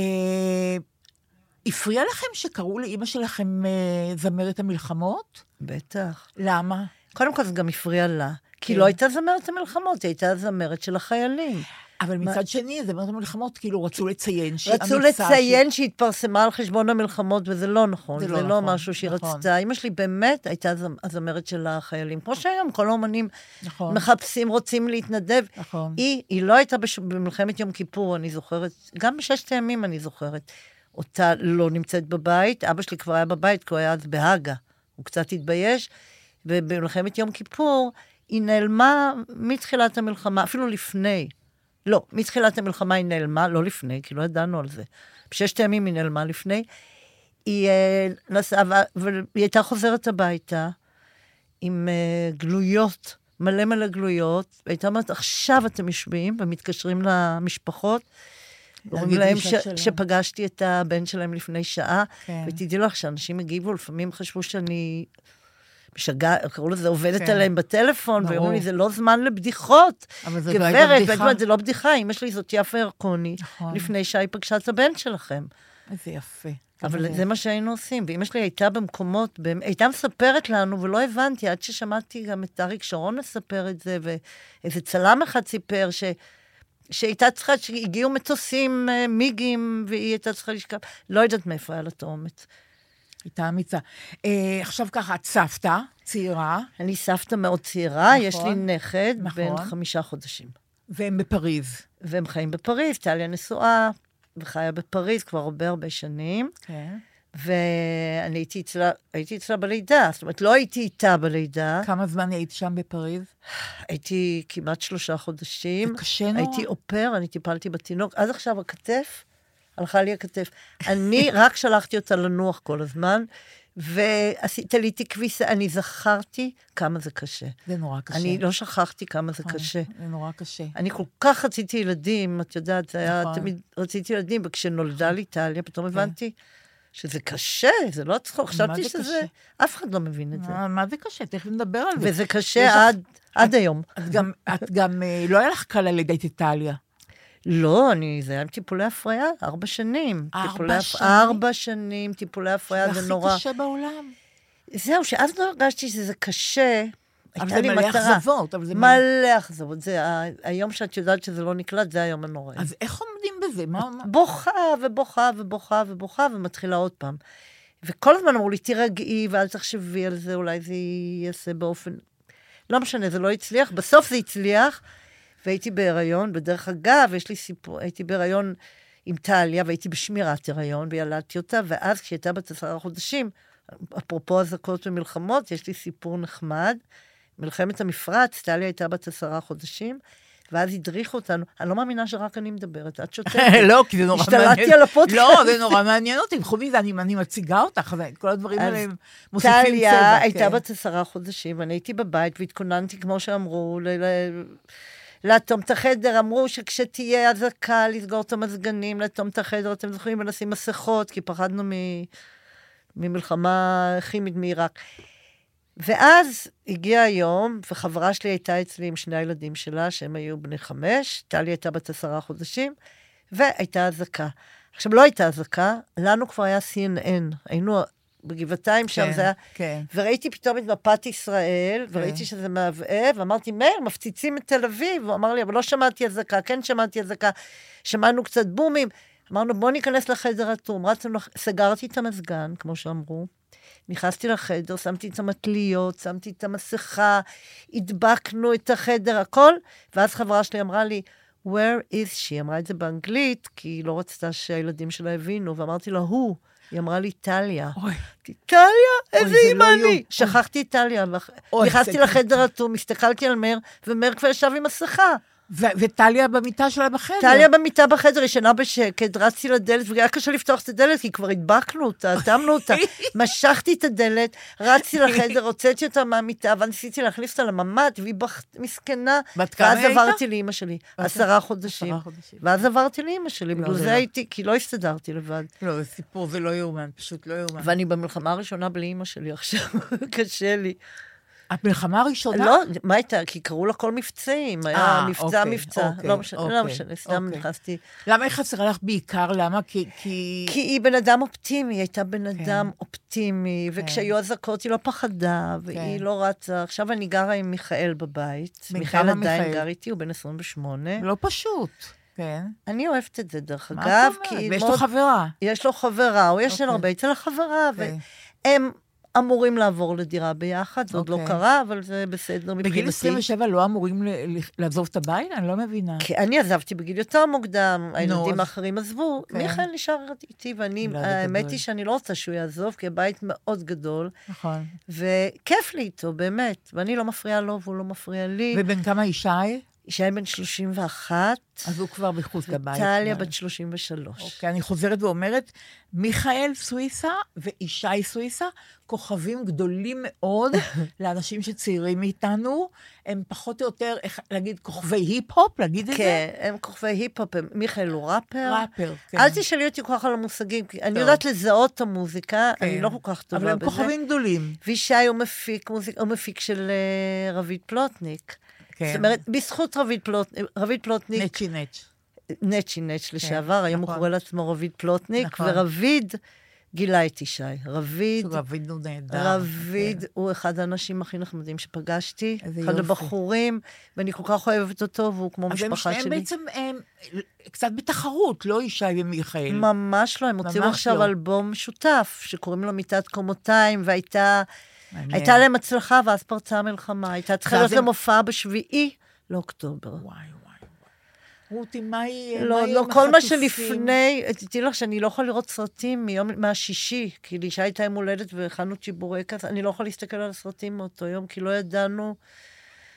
B: הפריע לכם שקראו לאימא שלכם אה, זמרת המלחמות?
C: בטח.
B: למה?
C: קודם כל, זה גם הפריע לה. כי
B: כן.
C: לא הייתה זמרת המלחמות, היא הייתה זמרת של החיילים.
B: אבל מצד שני, זמרת המלחמות, כאילו, רצו לציין שהיא
C: רצו
B: אמיצה, שהיא
C: לציין שהיא התפרסמה על חשבון המלחמות, וזה לא נכון.
B: זה
C: זה
B: לא
C: לא
B: נכון,
C: משהו שהיא
B: נכון.
C: רצתה. אימא שלי באמת הייתה זמ- הזמרת של החיילים. כמו שהיום כל האומנים
B: נכון.
C: מחפשים, רוצים להתנדב.
B: נכון.
C: היא, היא לא הייתה בש... במלחמת יום כיפור, אני זוכרת, גם בששת הימים אני זוכרת. אותה לא נמצאת בבית, אבא שלי כבר היה בבית, כי הוא היה אז בהאגה, הוא קצת התבייש, ובמלחמת יום כיפור היא נעלמה מתחילת המלחמה, אפילו לפני. לא, מתחילת המלחמה היא נעלמה, לא לפני, כי לא ידענו על זה. בששת הימים היא נעלמה לפני. היא אה, נסעה, ו- והיא הייתה חוזרת הביתה עם אה, גלויות, מלא מלא גלויות, והייתה אומרת, עכשיו אתם יושבים ומתקשרים למשפחות, אומרים
B: להגיד
C: להם ש-
B: משפט שלום."
C: שפגשתי את הבן שלהם לפני שעה,
B: כן.
C: ותדעי לך שאנשים הגיבו, לפעמים חשבו שאני... משגע, קראו לזה עובדת
B: כן.
C: עליהם בטלפון,
B: ברור.
C: ואומרים לי, זה לא זמן לבדיחות.
B: אבל זאת לא הייתה
C: גברת,
B: בדיחה.
C: ואני אומרת, זה לא בדיחה, אמא שלי זאת יפה ירקוני,
B: נכון.
C: לפני שהיא פגשה את הבן שלכם.
B: איזה יפה.
C: אבל זה מה שהיינו עושים, ואימא שלי הייתה במקומות, באמת- הייתה מספרת לנו, ולא הבנתי, עד ששמעתי גם את אריק שרון מספר את זה, ואיזה צלם אחד סיפר ש... שהייתה צריכה, שהגיעו מטוסים אה, מיגים, והיא הייתה צריכה לשכב, לא יודעת מאיפה היה לה את האומץ.
B: הייתה אמיצה. אה, עכשיו ככה, את סבתא, צעירה,
C: אני סבתא מאוד צעירה,
B: נכון.
C: יש לי נכד בן
B: נכון.
C: חמישה חודשים.
B: והם בפריז.
C: והם חיים בפריז, טליה נשואה, וחיה בפריז כבר הרבה הרבה שנים.
B: כן.
C: ואני הייתי אצלה, הייתי אצלה בלידה, זאת אומרת, לא הייתי איתה בלידה,
B: כמה זמן היית שם בפריז?
C: הייתי כמעט שלושה חודשים.
B: זה קשה נורא.
C: הייתי אופר, אני טיפלתי בתינוק, עד עכשיו הכתף, הלכה לי הכתף. אני רק שלחתי אותה לנוח כל הזמן, ותליתי כביסה, אני זכרתי כמה זה קשה.
B: זה נורא קשה.
C: אני לא שכחתי כמה זה
B: נכון,
C: קשה.
B: זה נורא קשה. לא
C: אני כל כך רציתי ילדים, את יודעת, זה היה,
B: נכון. כן.
C: תמיד רציתי ילדים, וכשנולדה לי טליה, פתאום הבנתי שזה קשה, זה לא צחוק,
B: מה
C: חשבתי
B: זה
C: שזה, אף אחד לא מבין את זה.
B: מה- מה זה קשה? תכף נדבר על זה.
C: וזה
B: יש לך-
C: קשה עד- עד היום.
B: את גם, את גם, אה, לא היה לך קל ללדת את טליה.
C: לא, אני, זה היה עם טיפולי הפריה, ארבע שנים.
B: ארבע
C: טיפולי הפ-
B: שנים?
C: ארבע שנים, טיפולי הפריה, זה נורא.
B: הכי קשה בעולם.
C: זהו, שאז לא הרגשתי שזה קשה.
B: אבל
C: הייתה
B: זה
C: לי
B: מלא
C: מטרה.
B: אכזבות, אבל זה מלא...
C: מלא אכזבות. זה ה- היום שאת יודעת שזה לא נקלט, זה היום הנוראי.
B: אז איך עומדים בזה? מה... מה-
C: בוכה ובוכה ובוכה ובוכה ומתחילה עוד פעם. וכל הזמן אמרו לי, תירגעי ואל תחשבי על זה, אולי זה יעשה באופן... לא משנה, זה לא הצליח, בסוף זה הצליח, והייתי בהיריון, בדרך אגב, יש לי סיפור, הייתי בהיריון, עם טליה, והייתי בשמירת הריון, וילדתי אותה, ואז כשהיא הייתה בת עשרה חודשים, אפרופו אזעקות ומלחמות, יש לי סיפור נחמד. מלחמת המפרץ, טליה הייתה בת עשרה חודשים, ואז הדריכו אותנו, אני לא מאמינה שרק אני מדברת, את שותקת.
B: לא, כי זה נורא מעניין.
C: השתלטתי על הפודקאסט.
B: לא, זה נורא מעניין אותי, חוץ מזה, אני אני מציגה אותך, אבל כל הדברים
C: אז
B: האלה הם מוסיפים צבע.
C: טליה
B: כן.
C: הייתה בת עשרה חודשים, אני הייתי בבית והתכוננתי, כמו שאמרו, ל- ל- לאטום את החדר, אמרו שכשתהיה אזעקה, לסגור את המזגנים, לאטום את החדר, אתם זוכרים, ולשים מסכות, כי פחדנו מ... ממלחמה כימית מעיראק. ואז הגיע היום, וחברה שלי הייתה אצלי עם שני הילדים שלה, שהם היו בני חמש, טלי הייתה בת עשרה חודשים, והייתה אזעקה. עכשיו, לא הייתה אזעקה, לנו כבר היה CNN, היינו בגבעתיים שם,
B: כן,
C: זה היה...
B: כן.
C: וראיתי פתאום את מפת ישראל, וראיתי שזה מהבהב, ואמרתי, מאיר, מפציצים את תל אביב. הוא אמר לי, אבל לא שמעתי אזעקה, כן שמעתי אזעקה, שמענו קצת בומים. אמרנו, בואו ניכנס לחדר אטום. רצנו, לח- סגרתי את המזגן, כמו שאמרו. נכנסתי לחדר, שמתי את המטליות, שמתי את המסכה, הדבקנו את החדר, הכל, ואז חברה שלי אמרה לי, where is she? היא אמרה את זה באנגלית, כי היא לא רצתה שהילדים שלה הבינו, ואמרתי לה, הוא. היא אמרה לי, טליה.
B: אוי,
C: אמרתי, טליה,
B: אוי,
C: איזה
B: זה לא
C: אימא
B: יום.
C: אני.
B: אוי.
C: שכחתי את טליה, ואח-
B: אוי,
C: נכנסתי
B: זה-
C: לחדר אטום, הסתכלתי על מאיר, ומאיר כבר ישב עם מסכה.
B: ו- וטליה במיטה שלה בחדר.
C: טליה במיטה בחדר, ישנה בשקט, רצתי לדלת, והיה קשה לפתוח את הדלת, כי כבר הדבקנו אותה, אטמנו אותה. משכתי את הדלת, רצתי לחדר, הוצאתי אותה מהמיטה, ואז ניסיתי להחליף אותה לממ"ד, והיא בח... מסכנה.
B: בת כמה
C: ואז
B: היא הייתה?
C: עברתי לאימא שלי,
B: בת-
C: עשרה חודשים.
B: עשרה חודשים.
C: ואז עברתי לאימא שלי,
B: לא,
C: בגלל
B: זה
C: זה
B: לא.
C: הייתי, כי לא הסתדרתי לבד.
B: לא, זה סיפור, זה לא יאומן, פשוט לא יאומן.
C: ואני במלחמה הראשונה בלי אימא שלי עכשיו, קשה לי.
B: את מלחמה ראשונה?
C: לא, מה הייתה? כי קראו לה כל מבצעים. היה
B: אה,
C: מבצע,
B: אוקיי,
C: מבצע.
B: אוקיי,
C: לא משנה,
B: אוקיי,
C: לא משנה, סתם
B: אוקיי.
C: נכנסתי.
B: למה היא חסרה לך בעיקר? למה? כי... כי...
C: כי היא בן אדם אופטימי, היא הייתה בן
B: כן.
C: אדם אופטימי, וכשהיו אזעקות היא לא פחדה, והיא
B: כן.
C: לא רצה. עכשיו אני גרה עם מיכאל בבית.
B: בן
C: מיכאל
B: כמה
C: עדיין
B: מיכאל?
C: גר איתי, הוא בן 28.
B: לא פשוט. כן.
C: אני אוהבת את זה, דרך
B: מה
C: אגב,
B: זאת
C: כי
B: אומרת?
C: היא
B: ויש לו
C: מאוד-
B: חברה.
C: יש לו חברה, הוא ישן
B: אוקיי.
C: הרבה אצל החברה,
B: אוקיי.
C: והם אמורים לעבור לדירה ביחד, זה עוד לא
B: אוקיי.
C: קרה, אבל זה בסדר מבחינתי.
B: בגיל 27 לא אמורים ל- ל- לעזוב את הבית? אני לא מבינה.
C: כי אני עזבתי בגיל יותר מוקדם, הילדים
B: אז-
C: האחרים עזבו,
B: כן.
C: מיכאל נשאר איתי, ואני,
B: לא, זה
C: האמת
B: גדול.
C: היא שאני לא רוצה שהוא יעזוב, כי הבית מאוד גדול,
B: נכון.
C: וכיף לי איתו, באמת, ואני לא מפריעה לו והוא לא מפריע לי.
B: ובן כמה ישי?
C: ישי בן 31,
B: אז הוא כבר מחוץ לבית.
C: טליה
B: כבר.
C: בת 33.
B: אוקיי, אני חוזרת ואומרת, מיכאל סוויסה וישי סוויסה, כוכבים גדולים מאוד לאנשים שצעירים מאיתנו, הם פחות או יותר, איך להגיד, כוכבי היפ-הופ, להגיד את זה?
C: כן, הם כוכבי היפ-הופ, הם- מיכאל הוא ראפר.
B: ראפר, כן.
C: אל תשאלי אותי כל כך על המושגים, כי אני
B: טוב.
C: יודעת לזהות את המוזיקה, אני
B: כן.
C: לא כל כך
B: אבל
C: טובה
B: הם
C: בזה.
B: כוכבים גדולים.
C: וישי הוא מפיק מוזיק- הוא מפיק של אה, רביד פלוטניק.
B: כן.
C: זאת אומרת, בזכות רביד פלוטניק, רביד פלוטניק,
B: נצ'י נצ'.
C: נצ'י נצ' לשעבר, היום הוא
B: נכון.
C: קורא לעצמו רביד פלוטניק,
B: נכון.
C: ורביד גילה את ישי. רביד,
B: רביד הוא נהדר.
C: רביד הוא אחד האנשים הכי נחמדים שפגשתי,
B: כן. איזה
C: אחד
B: יופי.
C: הבחורים, ואני כל כך אוהבת אותו, והוא כמו
B: אז הם
C: משפחה
B: שניהם
C: שלי.
B: בעצם הם, קצת בתחרות, לא ישי ומיכאל.
C: ממש לא, הם הוציאו
B: ממש
C: עכשיו
B: לא.
C: אלבום משותף, שקוראים לו מיטת קומותיים, והייתה
B: מעניין.
C: הייתה להם הצלחה, ואז פרצה המלחמה. הייתה צריכה
B: ואז
C: להיות להם
B: הם-
C: הופעה בשביעי לאוקטובר.
B: וואי, וואי, וואי. רותי, מה יהיה?
C: לא,
B: מה יהיה
C: לא,
B: עם
C: כל מה
B: החטופים?
C: שלפני, תדעי לך שאני לא יכולה לראות סרטים מיום, מהשישי, כי לאישה הייתה יום הולדת והכנו צ'יבורקס, אני לא יכולה להסתכל על הסרטים מאותו יום, כי לא ידענו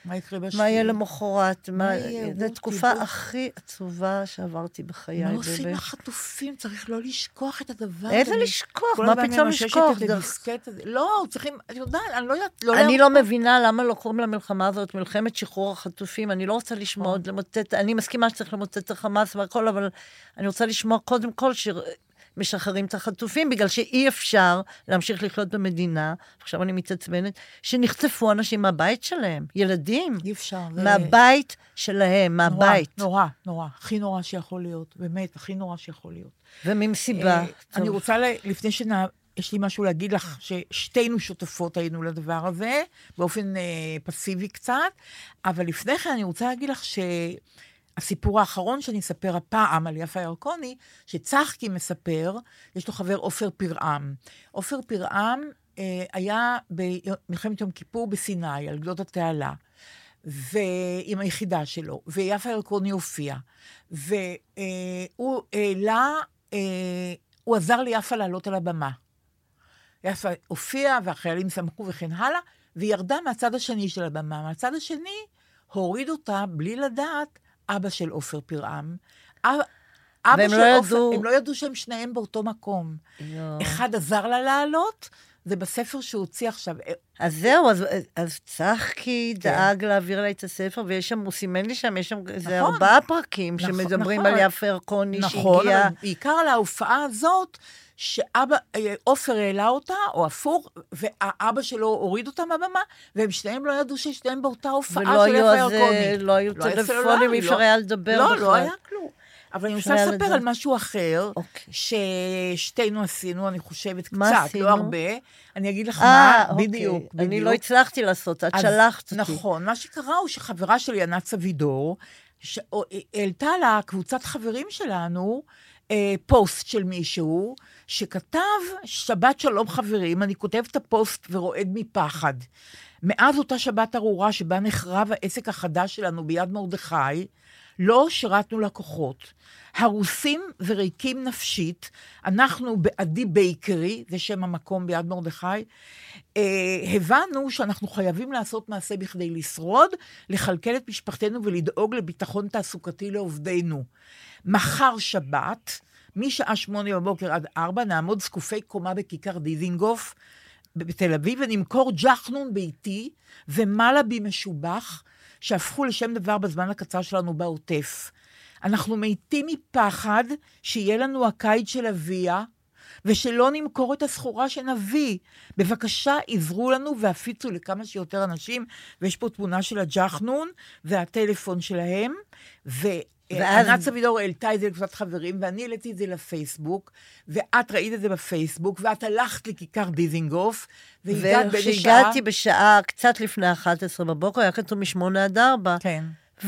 B: מה יקרה בשביעי?
C: מה יהיה למחרת. מה,
B: יהיה,
C: זו
B: רותי,
C: תקופה
B: רותי.
C: הכי עצובה שעברתי בחיי,
B: מה עושים
C: באמת.
B: לחטופים? צריך לא לשכוח את הדבר הזה.
C: איזה
B: אני-
C: לשכוח?
B: כל
C: מה
B: הזמן
C: פתאום
B: ממששת
C: לשכוח?
B: את
C: דרך-
B: הדיסקט הזה. לא, צריכים, את יודעת, אני לא יודעת, לא
C: אני
B: להרפות.
C: לא מבינה למה לא קוראים למלחמה הזאת מלחמת שחרור החטופים. אני לא רוצה לשמוע
B: נכון.
C: עוד למוטט, אני מסכימה שצריך למוטט את החמאס והכל, אבל אני רוצה לשמוע קודם כל שמשחררים את החטופים, בגלל שאי אפשר להמשיך לחיות במדינה, עכשיו אני מתעצבנת, שנחטפו אנשים מהבית שלהם, ילדים,
B: אי אפשר. זה
C: לא- מהבית שלהם,
B: נורא,
C: מהבית.
B: נורא, נורא. הכי נורא שיכול להיות. באמת, הכי נורא שיכול להיות.
C: וממסיבה.
B: אה, אני רוצה, ל- לפני שנע... יש לי משהו להגיד לך, ששתינו שותפות היינו לדבר הזה, באופן אה, פסיבי קצת, אבל לפני כן אני רוצה להגיד לך שהסיפור האחרון שאני אספר הפעם על יפה ירקוני, שצחקי מספר, יש לו חבר עופר פרעם. עופר פרעם אה, היה במלחמת יום כיפור בסיני, על גדות התעלה. ועם היחידה שלו, ויפה ירקוני הופיעה. והוא העלה, אה, הוא עזר ליפה לעלות על הבמה. יפה הופיעה, והחיילים שמחו וכן הלאה, והיא ירדה מהצד השני של הבמה. מהצד השני, הוריד אותה, בלי לדעת, אבא של עופר פרעם. אב- אבא
C: והם
B: של
C: לא
B: עופר-
C: ידעו- אה.
B: הם לא ידעו שהם שניהם באותו מקום. אחד עזר לה לעלות, זה בספר שהוא הוציא עכשיו. אה,
C: אז זהו, אז, אז צחקי
B: כן.
C: דאג להעביר לה את הספר, ויש שם, הוא סימן לי שם, יש שם איזה
B: נכון.
C: ארבעה פרקים
B: נכון,
C: שמדברים
B: נכון.
C: על יפה ירקוני
B: נכון,
C: שהגיעה.
B: אבל בעיקר על ההופעה הזאת, שאבא, אה, עופר העלה אותה, או הפוך, והאבא שלו הוריד אותה מהבמה, והם שניהם לא ידעו ששניהם באותה הופעה
C: ולא
B: של
C: היו
B: יפה
C: אז,
B: ירקוני.
C: לא היו
B: לא היה
C: טלפונים,
B: סלולרי,
C: אי אפשר
B: לא.
C: היה לדבר
B: לא,
C: בכלל.
B: לא היה כלום. אבל אני רוצה
C: אפשר היה
B: לספר על
C: לדעת.
B: משהו אחר,
C: אוקיי.
B: ששתינו עשינו, אני חושבת,
C: מה
B: קצת,
C: עשינו?
B: לא הרבה. אני אגיד לך
C: אה,
B: מה,
C: אוקיי.
B: בדיוק,
C: אני
B: בדיוק.
C: לא הצלחתי לעשות, את
B: אז-
C: שלחת אותי.
B: נכון, מה שקרה הוא שחברה שלי, ענת סבידור, ש- או- אה, העלתה לה, קבוצת חברים שלנו, אה, פוסט של מישהו, שכתב, שבת שלום חברים, אני כותב את הפוסט ורועד מפחד. מאז אותה שבת ארורה שבה נחרב העסק החדש שלנו ביד מרדכי, לא שירתנו לקוחות. הרוסים וריקים נפשית, אנחנו בעדי בייקרי, זה שם המקום ביד מרדכי, אה, הבנו שאנחנו חייבים לעשות מעשה בכדי לשרוד, לכלכל את משפחתנו ולדאוג לביטחון תעסוקתי לעובדינו. מחר שבת, משעה שמונה בבוקר עד ארבע, נעמוד זקופי קומה בכיכר דיזינגוף בתל אביב ונמכור ג'חנון ביתי ומלאבי משובח, שהפכו לשם דבר בזמן הקצר שלנו בעוטף. אנחנו מתים מפחד שיהיה לנו הקיץ של אביה, ושלא נמכור את הסחורה שנביא. בבקשה, עזרו לנו והפיצו לכמה שיותר אנשים, ויש פה תמונה של הג'חנון והטלפון שלהם, ו...
C: ואז-
B: ואז... ענת סבידור העלתה את זה לקבוצת חברים, ואני העליתי את זה לפייסבוק, ואת ראית את זה בפייסבוק, ואת הלכת לכיכר דיזינגוף, והגעת באיזה שעה...
C: וכשהגעתי בשעה קצת לפני 11 בבוקר, היה כתוב משמונה עד ארבע,
B: כן.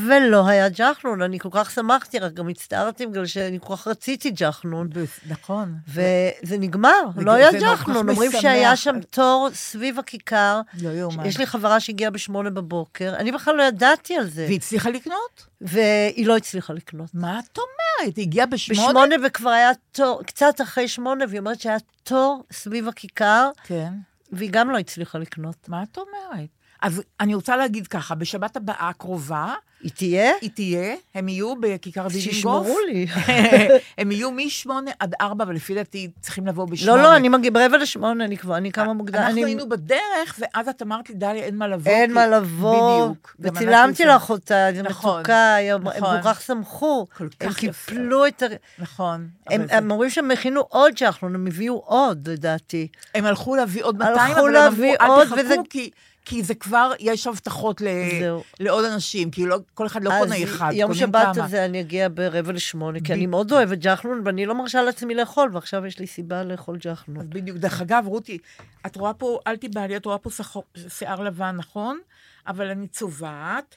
C: ולא היה ג'חנון, אני כל כך שמחתי, רק גם הצטערתי בגלל שאני כל כך רציתי ג'חנון.
B: נכון.
C: וזה נגמר,
B: זה-
C: לא היה
B: זה נורא אה.
C: ג'חנון,
B: כל כך
C: אומרים שהיה
B: משמח.
C: שם תור סביב הכיכר.
B: לא יאומן.
C: יש לי חברה שהגיעה בשמונה בבוקר, אני בכלל לא ידעתי על זה,
B: והיא הצליחה לקנות?
C: והיא לא הצליחה לקנות.
B: מה את אומרת? היא הגיעה בשמונה?
C: בשמונה וכבר היה תור, קצת אחרי שמונה, והיא אומרת שהיה תור סביב הכיכר,
B: כן.
C: והיא גם לא הצליחה לקנות.
B: מה את אומרת? אז אני רוצה להגיד ככה, בשבת הבאה הקרובה,
C: היא תהיה?
B: היא תהיה, הם יהיו בכיכר דיזינגוף.
C: שישמרו לי. לא,
B: הם יהיו משמונה עד ארבע, אבל לפי דעתי צריכים לבוא בשמונה.
C: לא, לא, אני מגיע ברבע לשמונה, אני כבר, אני קמה מוקדם.
B: אה, אנחנו
C: אני-
B: היינו בדרך, ואז את אמרת לי, דליה, אין מה לבוא.
C: אין
B: כי-
C: מה לבוא.
B: בדיוק. גם אנחנו
C: וצילמתי
B: עושים-
C: לך אותה, זה
B: נכון,
C: מתוקה, הם הם
B: נכון.
C: כל כך שמחו.
B: כל
C: הם
B: כך יפה.
C: קיפלו את ה...
B: נכון.
C: הם-
B: אבל זה-
C: הם אומרים שהם הכינו עוד ג'חלון, הם הביאו עוד, לדעתי.
B: הם הלכו להביא עוד 200,
C: הלכו
B: אבל הם אמרו,
C: להביא
B: אל
C: עוד,
B: תחכו,
C: וזה-
B: כי, כי זה כבר, יש הבטחות ל...
C: זהו.
B: לעוד אנשים, כי לא, כל אחד לא
C: אז
B: קונה אחד,
C: יום
B: קונים
C: שבת
B: כמה.
C: הזה אני אגיע ברבע לשמונה, כי
B: ב-
C: אני מאוד אוהבת ג'חלון, ואני לא מרשה לעצמי לאכול, ועכשיו יש לי סיבה לאכול ג'חלון.
B: אז בדיוק. דרך אגב, רותי, את רואה פה, אל תיבהלי, את רואה פה שחור, שיער לבן, נכון? אבל אני צובעת,